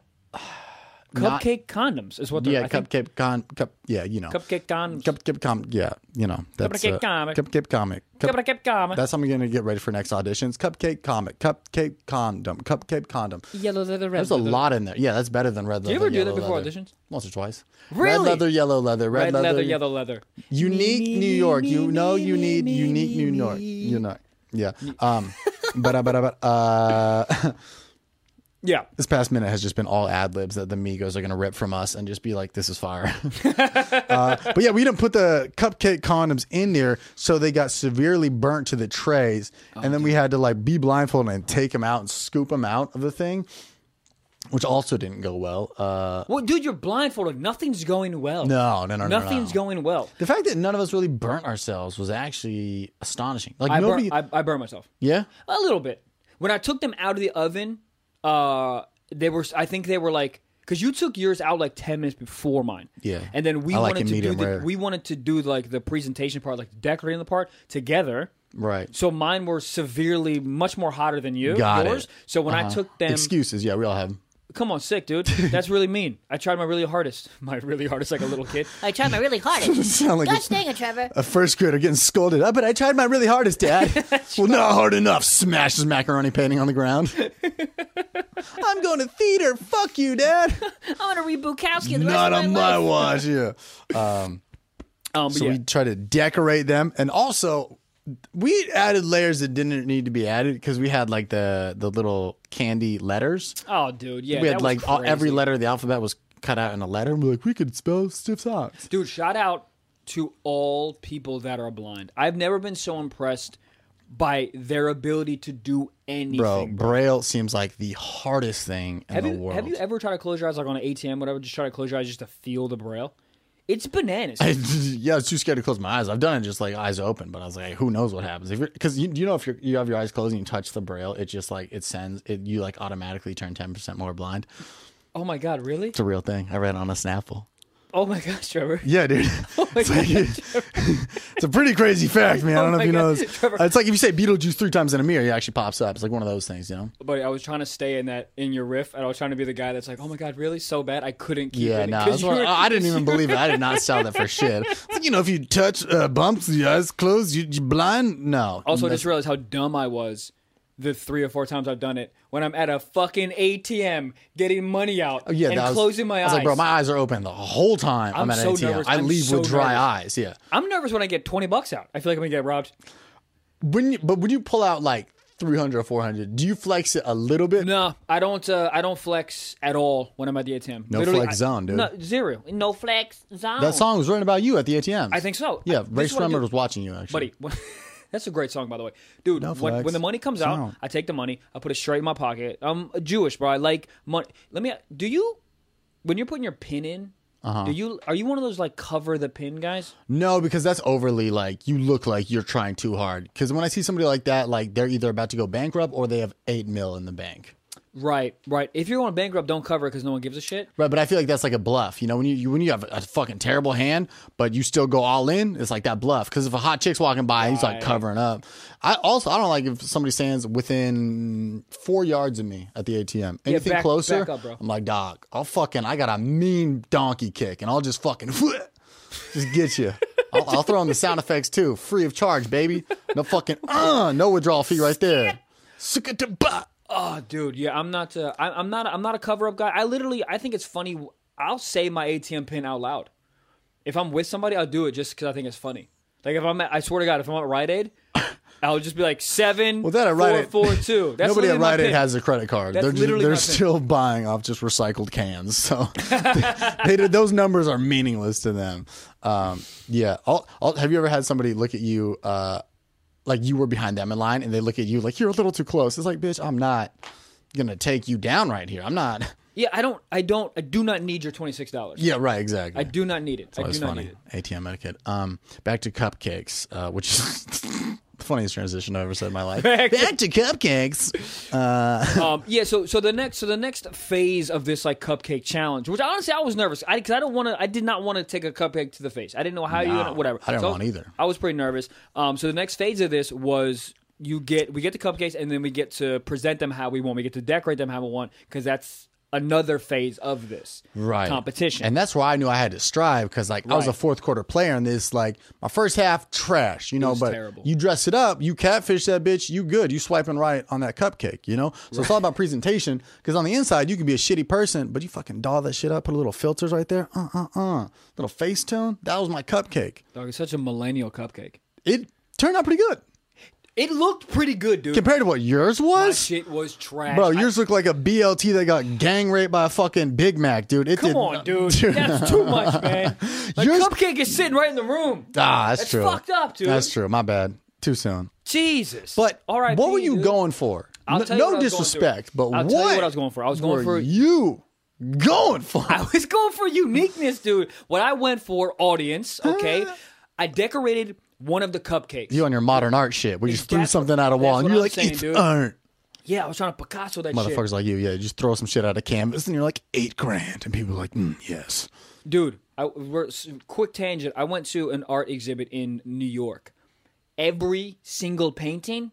Not- Cupcake condoms is what they're. Yeah, I think cupcake con cup. Yeah, you know. cupcake condoms. Cupcake comic, yeah, you know that's Cupcake uh, comic. Cupcake comic. Cup- Cupcake comic. That's how I'm gonna get ready for next auditions. Cupcake comic. Cupcake condom. Cupcake condom. Yellow leather, red There's a leather. lot in there. Yeah, that's better than red leather. you ever do that yellow before leather. auditions? Once or twice. Red Really? leather, yellow leather. Red, Red leather, yellow leather. Unique New York. You know you need unique New York. You know. Yeah. Um but uh, but uh, but uh Yeah. this past minute has just been all ad libs that the Migos are gonna rip from us and just be like, this is fire. *laughs* uh, but yeah, we didn't put the cupcake condoms in there, so they got severely burnt to the trays, and then we had to like be blindfolded and take them out and scoop them out of the thing, which also didn't go well. Uh, Well, dude, you're blindfolded. Nothing's going well. no, no, no, no, Nothing's no. going well. The fact that none of us really burnt ourselves was actually astonishing. Like I, nobody, burn, I, I burn myself. yeah. A little bit. When I took them out of the oven, uh, they were. I think they were like because you took yours out like ten minutes before mine. Yeah. And then we I like wanted to it do medium the, rare. we wanted to do like the presentation part, like the decorating the part together. Right. So mine were severely much more hotter than you. Got it. Uh-huh. yours. So when I took them, Excuses, yeah, we all have 'em. *laughs* come on, sick dude. That's really mean. I tried my really hardest. *laughs* My really hardest, like a little kid. I tried my really hardest. Sound like Gosh a, dang it, Trevor. a first grader getting scolded. Uh, but I tried my really hardest, *laughs* Dad. well, not hard enough. Smashes macaroni painting on *laughs* the ground. I'm going to theater. Fuck you, Dad. I want to read Bukowski the rest not of my on my life. watch. Yeah. Um, but So yeah. we try to decorate them, and also we added layers that didn't need to be added because we had like the the little candy letters. Oh, dude, yeah, we that had was like all, every crazy. letter of the alphabet was cut out in a letter. And we're like, we could spell stiff socks. dude. Shout out to all people that are blind. I've never been so impressed by their ability to do anything. Bro, Braille seems like the hardest thing in have the you world. have you ever tried to close your eyes like on an ATM, whatever? Just try to close your eyes just to feel the braille. It's bananas. I, *laughs* yeah, I was too scared to close my eyes. I've done it just like eyes open, but I was like, who knows what happens? Because you, you know, if you're, you have your eyes closed and you touch the braille, it just like it sends it. You like automatically turn ten percent more blind. oh my god, really? It's a real thing. I read it on a Snapple. Oh my gosh, *laughs* Trevor. *laughs* Yeah, dude. Oh my Oh it's, like- it's a pretty crazy fact, man. I don't know my if you know God, this. *laughs* Trevor. It's like if you say Beetlejuice three times in a mirror, it actually pops up. It's like one of those things, you know. But I was trying to stay in that in your riff, and I was trying to be the guy that's like, "Oh my god, really? So bad? I couldn't keep Yeah, it." *laughs* no, 'cause that's you what, were- I didn't even believe it. I did not sell that *laughs* for shit. It's like, you know, if you touch uh, bumps, your eyes closed, you, you blind. No. Also, I just realized how dumb I was the three or four times I've done it when I'm at a fucking ATM getting money out Oh, yeah, and that was- closing my I was eyes. like, bro, my eyes are open the whole time. I'm, I'm at so ATM. nervous. I I'm leave so with dry nervous. eyes. Yeah. I'm nervous when I get 20 bucks out. I feel like I'm going to get robbed. When you, but when you pull out like 300 or 400, do you flex it a little bit? No, I don't uh, I don't flex at all when I'm at the ATM. No flex I- zone, dude. No, zero. No flex zone. That song was written about you at the ATM. I think so. I- Yeah, this Ray is what I do. Shremmer was watching you actually. buddy. *laughs* when- That's a great song, by the way, dude. No when, flex. when the money comes No. out, I take the money, I put it straight in my pocket. I'm Jewish, bro. I like money. Let me. Do you, when you're putting your pin in, Uh-huh. Do you are you one of those like cover the pin guys? No, because that's overly like you look like you're trying too hard. Because when I see somebody like that, like they're either about to go bankrupt or they have eight mil in the bank. Right, right. If you're going bankrupt, don't cover it because no one gives a shit. Right, but I feel like that's like a bluff. You know, when you, you when you have a fucking terrible hand, but you still go all in, it's like that bluff. Because if a hot chick's walking by, he's like covering up. I also I don't like if somebody stands within four yards of me at the ATM. Anything back- closer, back up, bro. I'm like, dog, I'll fucking I got a mean donkey kick, and I'll just fucking *laughs* just get you. I'll, I'll throw in the sound effects too, free of charge, baby. No fucking uh, no withdrawal fee right there. Suck it to butt. Oh, dude, yeah, I'm not. uh, I, I'm not. I'm not a cover up guy. I literally, I think it's funny. I'll say my ATM pin out loud. If I'm with somebody, I'll do it just because I think it's funny. Like if I'm, at, I swear to God, if I'm at Rite Aid, I'll just be like seven. Well, that at Rite Aid- four, four, *laughs* two. That's Nobody literally at my Rite Aid pin. has a credit card. That's they're ju- literally they're my pin. still buying off just recycled cans. So *laughs* they, they- those numbers are meaningless to them. Um, yeah. I'll, I'll, have you ever had somebody look at you uh, like you were behind them in line and they look at you like you're a little too close? It's like, bitch, I'm not going to take you down right here. I'm not. *laughs* Yeah, I don't. I don't. I do not need your twenty six dollars. Yeah, right. Exactly. I do not need it. I That do was not funny. need it. ATM etiquette. Um, back to cupcakes, uh, which is *laughs* the funniest transition I've ever said in my life. Back to- back to cupcakes. um, yeah. So so the next so the next phase of this like cupcake challenge, which honestly I was nervous I because I don't want to. I did not want to take a cupcake to the face. I didn't know how you No, gonna- whatever. I didn't So want either. I was pretty nervous. Um, so the next phase of this was you get we get the cupcakes and then we get to present them how we want. We get to decorate them how we want because that's another phase of this right. competition. And that's where I knew I had to strive because, like, I was a Right. fourth quarter player in this. Like, my first half, trash, you know, was but terrible. you dress it up, you catfish that bitch, you good, you swiping right on that cupcake, you know? So it's all about presentation because on the inside, you can be a shitty person, but you fucking doll that shit up, put little filters right there, uh uh uh, little face tone. That was my cupcake. Dog, it's such a millennial cupcake. It turned out pretty good It looked pretty good, dude. compared to what yours My was. shit was trash, Bro, I- yours looked like a BLT that got gang raped by a fucking Big Mac, dude. It Come did on, not- *laughs* dude. That's too much, man. The Yours- cupcake is sitting right in the room. Ah, that's, That's true. fucked up, dude. That's true. My bad. Too soon. Jesus. But all right, what were you going for? I'll N- tell you no what I was going disrespect, through. but I'll what, tell you what I was going for. I was going were for- you going for? *laughs* I was going for uniqueness, dude. What I went for, audience. Okay, I decorated one of the cupcakes. *laughs* Ah. you on your modern art shit where you just threw That's- something at a wall that's and what you're I'm like, saying, it's dude." art. yeah, I was trying to Picasso that shit. Motherfuckers like you, yeah, you just throw some shit out of canvas and you're like, eight grand. And people are like, mm, yes. dude I, we're, s- quick tangent i went to an art exhibit in new york every single painting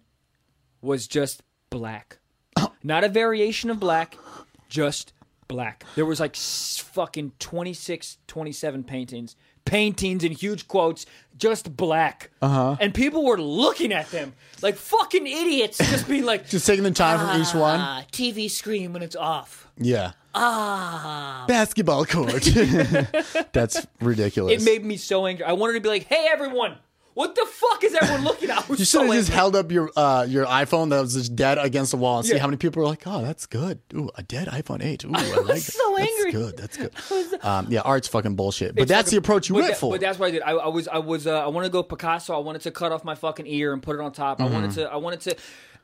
was just black *coughs* not a variation of black just black there was like s- fucking 26 27 paintings paintings in huge quotes just black uh-huh and people were looking at them like fucking idiots just being like "Uh, Just taking the time from each one. Ah, TV screen when it's off. Yeah. Ah. Basketball court. *laughs* that's ridiculous. it made me so angry i wanted to be like hey everyone what the fuck is everyone looking at I was You should so have just angry. held up your uh, your iPhone that was just dead against the wall and see Yeah. how many people were like, "Oh, that's good. Ooh, a dead iPhone 8. Ooh, *laughs* I, like that. so angry. That's good. That's good." Um, yeah, art's fucking bullshit. But that's the approach you but went that- for. But that's what I did. I, I was, I was, uh, I wanted to go Picasso. I wanted to cut off my fucking ear and put it on top. I wanted to, I wanted to,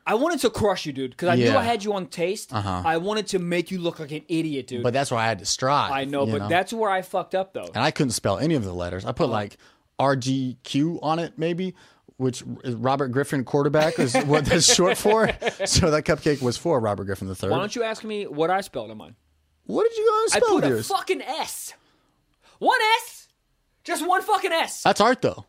I wanted to crush you, dude, because I knew Mm. Yeah. I had you on taste. Uh-huh. I wanted to make you look like an idiot, dude. but that's where I had to strive. I know, you but that's Uh-huh. where I fucked up though. and I couldn't spell any of the letters. I put like RGQ on it, maybe, which is Robert Griffin quarterback is what that's *laughs* short for. So that cupcake was for Robert Griffin the Why third. don't you ask me what I spelled on mine? What did you go and I spell put with a yours? fucking S. One S. Just one fucking S. That's art, though.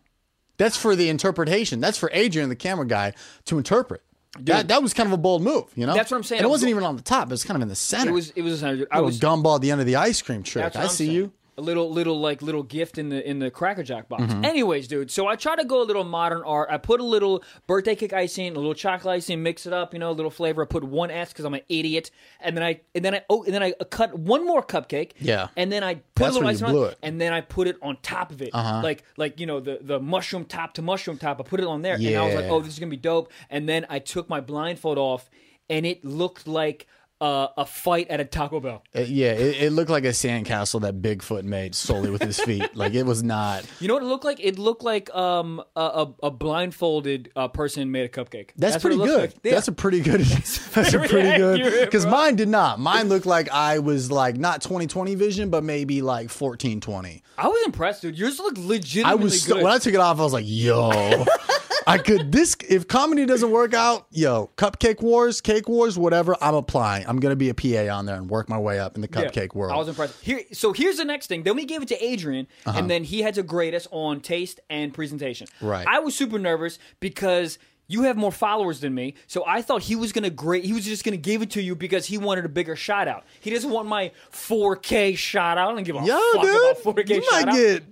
That's for the interpretation. That's for Adrian, the camera guy, to interpret. That, that was kind of a bold move, you know. That's what I'm saying. And it I'm wasn't go- even on the top; it was kind of in the center. it was, it was. I a was. gumball at the end of the ice cream trick. That's I what I'm see saying. you. A little, little like little gift in the in the Cracker Jack box. Mm-hmm. Anyways, dude. So I try to go a little modern art. I put a little birthday cake icing, a little chocolate icing, mix it up, you know, a little flavor. I put one S because I'm an idiot, and then I and then I oh and then I cut one more cupcake. Yeah. And then I put That's a little when you icing on, blew it. Uh-huh. and then I put it on top of it, like like you know the the mushroom top to mushroom top. I put it on there, and I was like, Yeah. oh, this is gonna be dope. And then I took my blindfold off, and it looked like uh, a fight at a Taco Bell. Uh, yeah, it, it looked like a sandcastle that Bigfoot made solely with his feet. like it was not. You know what it looked like? It looked like um, a, a, a blindfolded uh, person made a cupcake. what That's, it pretty looks good. like. Yeah. That's a *laughs* pretty good. *laughs* That's a very pretty good. accurate, Because bro. mine did not. Mine looked like I was like not 2020 vision, but maybe like 1420. I was impressed, dude. Yours looked I legitimately was good. so, when I took it off, I was like, yo, I could this if comedy doesn't work out, yo, cupcake wars, cake wars, whatever. I'm applying. I'm gonna be a PA on there and work my way up in the Yeah. cupcake world. I was impressed. Here, so here's the next thing. Then we gave it to Adrian, Uh-huh. and then he had to grade us on taste and presentation. Right. I was super nervous because you have more followers than me, so I thought he was gonna grade. He was just gonna give it to you because he wanted a bigger shout out. He doesn't want my 4K shout out. I don't give a yeah, fuck about dude, 4K you shout might get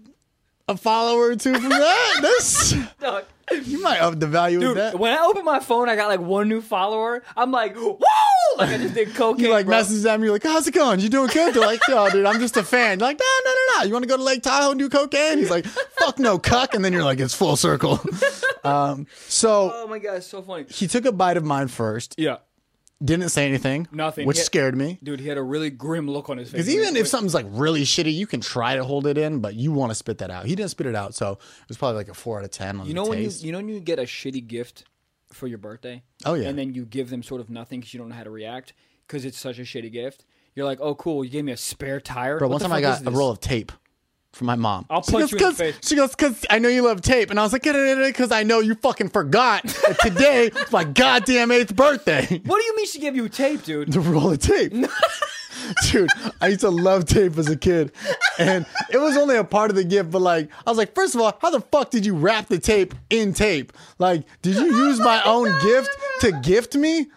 a follower or two from that. *laughs* That's out. you might up the value of Dude, that. when I opened my phone, I got like one new follower. I'm like, whoa! Like I just did cocaine. *laughs* You like bro. message them. You're like, "How's it going? You doing good?" They're like, "Yo, dude, I'm just a fan." You're like, "No, no, no, no. You want to go to Lake Tahoe and do cocaine?" He's like, "Fuck no, cuck." And then you're like, "It's full circle." *laughs* um, so Oh my god, it's so funny. he took a bite of mine first. Yeah, Didn't say anything. Nothing. Which Yeah. scared me. dude, he had a really grim look on his face. Because even if something's like really shitty, you can try to hold it in, but you want to spit that out. He didn't spit it out, so it was probably like a four out of ten on You know the when you taste. you know when you get a shitty gift for your birthday. Oh, yeah. And then you give them sort of nothing because you don't know how to react because it's such a shitty gift. You're like, oh cool, you gave me a spare tire. But What one the time I fuck is got a this? roll of tape from my mom. I'll she punch goes, you in the 'Cause- face." She goes, "Cause I know you love tape," and I was like, "Because I know you fucking forgot that today was my goddamn eighth birthday." What do you mean she gave you tape, *laughs* dude? the roll *laughs* of tape. Dude, I used to love tape as a kid. And it was only a part of the gift, but like, I was like, first of all, how the fuck did you wrap the tape in tape? Like, did you use my own gift to gift me?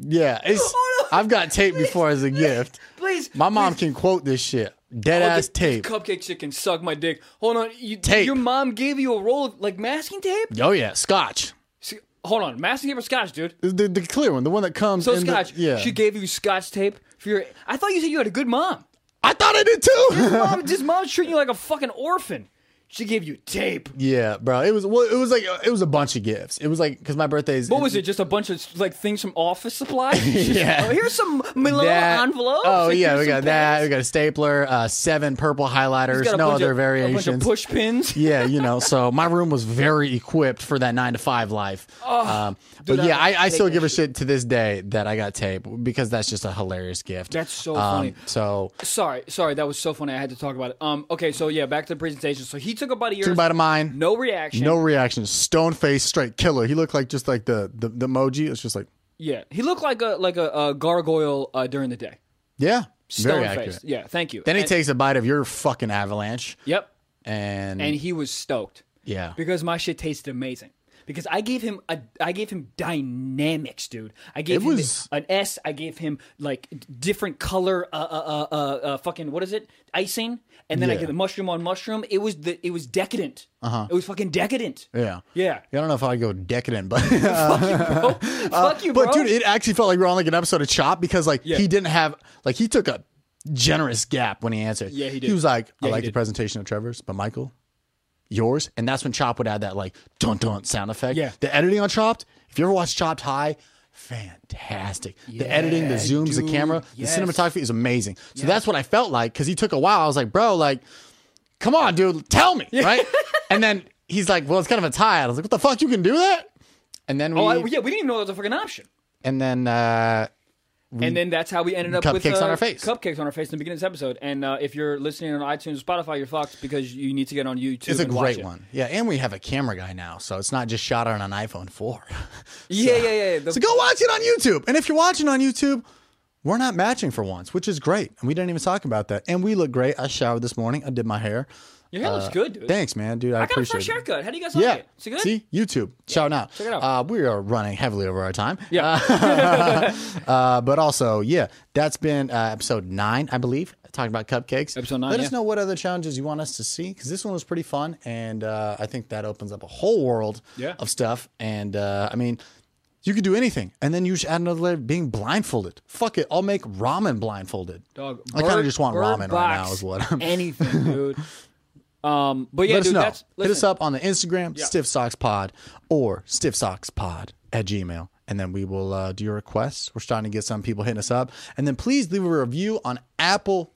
Yeah, it's, Hold on. I've got tape before as a gift. Please, My mom can quote this shit. Dead Oh, ass this- this tape. Cupcake chicken, suck my dick. Hold on, you, Tape. Your mom gave you a roll of like masking tape. Oh, yeah, scotch. See, hold on, masking tape or scotch, dude? The, the, the clear one, the one that comes So in the- scotch. yeah. She gave you scotch tape for your. I thought you said you had a good *laughs* mom. I thought I did too. *laughs* Mom, this mom's treating you like a fucking orphan. She gave you tape. yeah, bro. It was, well, it was like, it was a bunch of gifts. It was like, because my birthday's. What was it? Just a bunch of like things from office *laughs* supplies. Yeah. Oh, here's some Milano that- envelopes. Oh and yeah, here's we some got that. We pens. got a stapler, uh, seven purple highlighters, He's got a no bunch other of- A bunch variations. of push pins. yeah, you know, so my room was very equipped for that nine to *laughs* five life. um, but Oh, dude, yeah, I- I, I still give a shit to this day that I got tape because that's just a hilarious gift. That's so Um, funny. So Sorry, sorry, that was so funny. I had to talk about it. Um, okay, so yeah, back to the presentation. So he took a bite of yours. took a bite of mine, No reaction. no reaction, stone face, straight killer. He looked like just like the the, the emoji. It's just like Yeah, he looked like a like a, a gargoyle uh, during the day. yeah, Stone very accurate. faced. Yeah, thank you. Then he And- takes a bite of your fucking avalanche, Yep, and, and he was stoked. yeah, because my shit tasted amazing. Because I gave him a, I gave him dynamics, dude. I gave It him was- an S. I gave him like d- different color, uh, uh, uh, uh, uh fucking what is it? Icing, and then I Yeah. gave the mushroom on mushroom. It was the, it was decadent. Uh-huh. It was fucking decadent. *laughs* yeah, Yeah. I don't know if I go decadent, but *laughs* Bro, fuck you, bro. Uh, But dude, it actually felt like we were on like an episode of Chop because like Yeah. he didn't have like he took a generous gap when he answered. Yeah, he did. He was like, I he like the did. presentation of Trevor's, but Michael, yours, and that's when Chop would add that like dun dun sound effect. Yeah. the editing on Chopped. If you ever watched Chopped High. Fantastic. the editing, the zooms, the dude, camera, yes. the cinematography is amazing. So that's what I felt like because he took a while. I was like, bro, like, come on, dude, tell me, right? and then he's like, well, it's kind of a tie. I was like, what the fuck, you can do that? And then we, oh I, yeah, we didn't even know that was a fucking option. and then uh, and then that's how we ended up with Cupcakes uh, on our face. Cupcakes on our face in the beginning of this episode. And uh, if you're listening on iTunes, Spotify, you're fucked because you need to get on YouTube. It's a and watch great it. one. Yeah, and we have a camera guy now, so it's not just shot on an iPhone 4. Yeah, yeah, yeah. The- *laughs* so go watch it on YouTube. And if you're watching on YouTube, we're not matching for once, which is great. And we didn't even talk about that. And we look great. I showered this morning. I did my hair. Uh, Your hair looks good, dude. Thanks, man, dude. I, I got a appreciate fresh it. haircut. How do you guys like Yeah. it? Is it good? See, YouTube. Shout out. Check it out. Uh, we are running heavily over our time. Yeah. *laughs* Uh, *laughs* but also, yeah, that's been uh, episode nine, I believe, talking about cupcakes. Episode nine, Let yeah. us know what other challenges you want us to see because this one was pretty fun, and uh, I think that opens up a whole world Yeah. of stuff. And uh, I mean, you could do anything, and then you should add another layer: being blindfolded. Fuck it, I'll make ramen blindfolded. Dog, I kind Bird- of just want Bird ramen right Box, now. *laughs* Is what I'm. *laughs* anything, dude. Um, but yeah, Let us dude, know. that's Hit us listen, up on the Instagram, Stiff Socks Pod, or Stiff Socks Pod at Gmail. and then we will uh, do your requests. We're starting to get some people hitting us up, and then please leave a review on Apple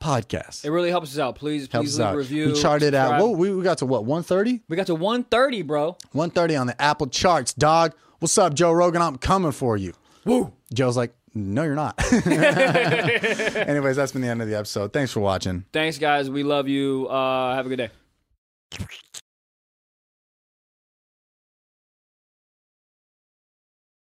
Podcasts. It really helps us out. Please, please Helps us leave out. a review. we charted out. subscribe. Whoa, we, we got to what 130? We got to 130, bro. 130 on the Apple charts, dog. What's up, Joe Rogan? I'm coming for you. Woo. Joe's like, no, you're not. *laughs* Anyways, that's been the end of the episode. Thanks for watching. Thanks, guys. We love you. Uh, have a good day.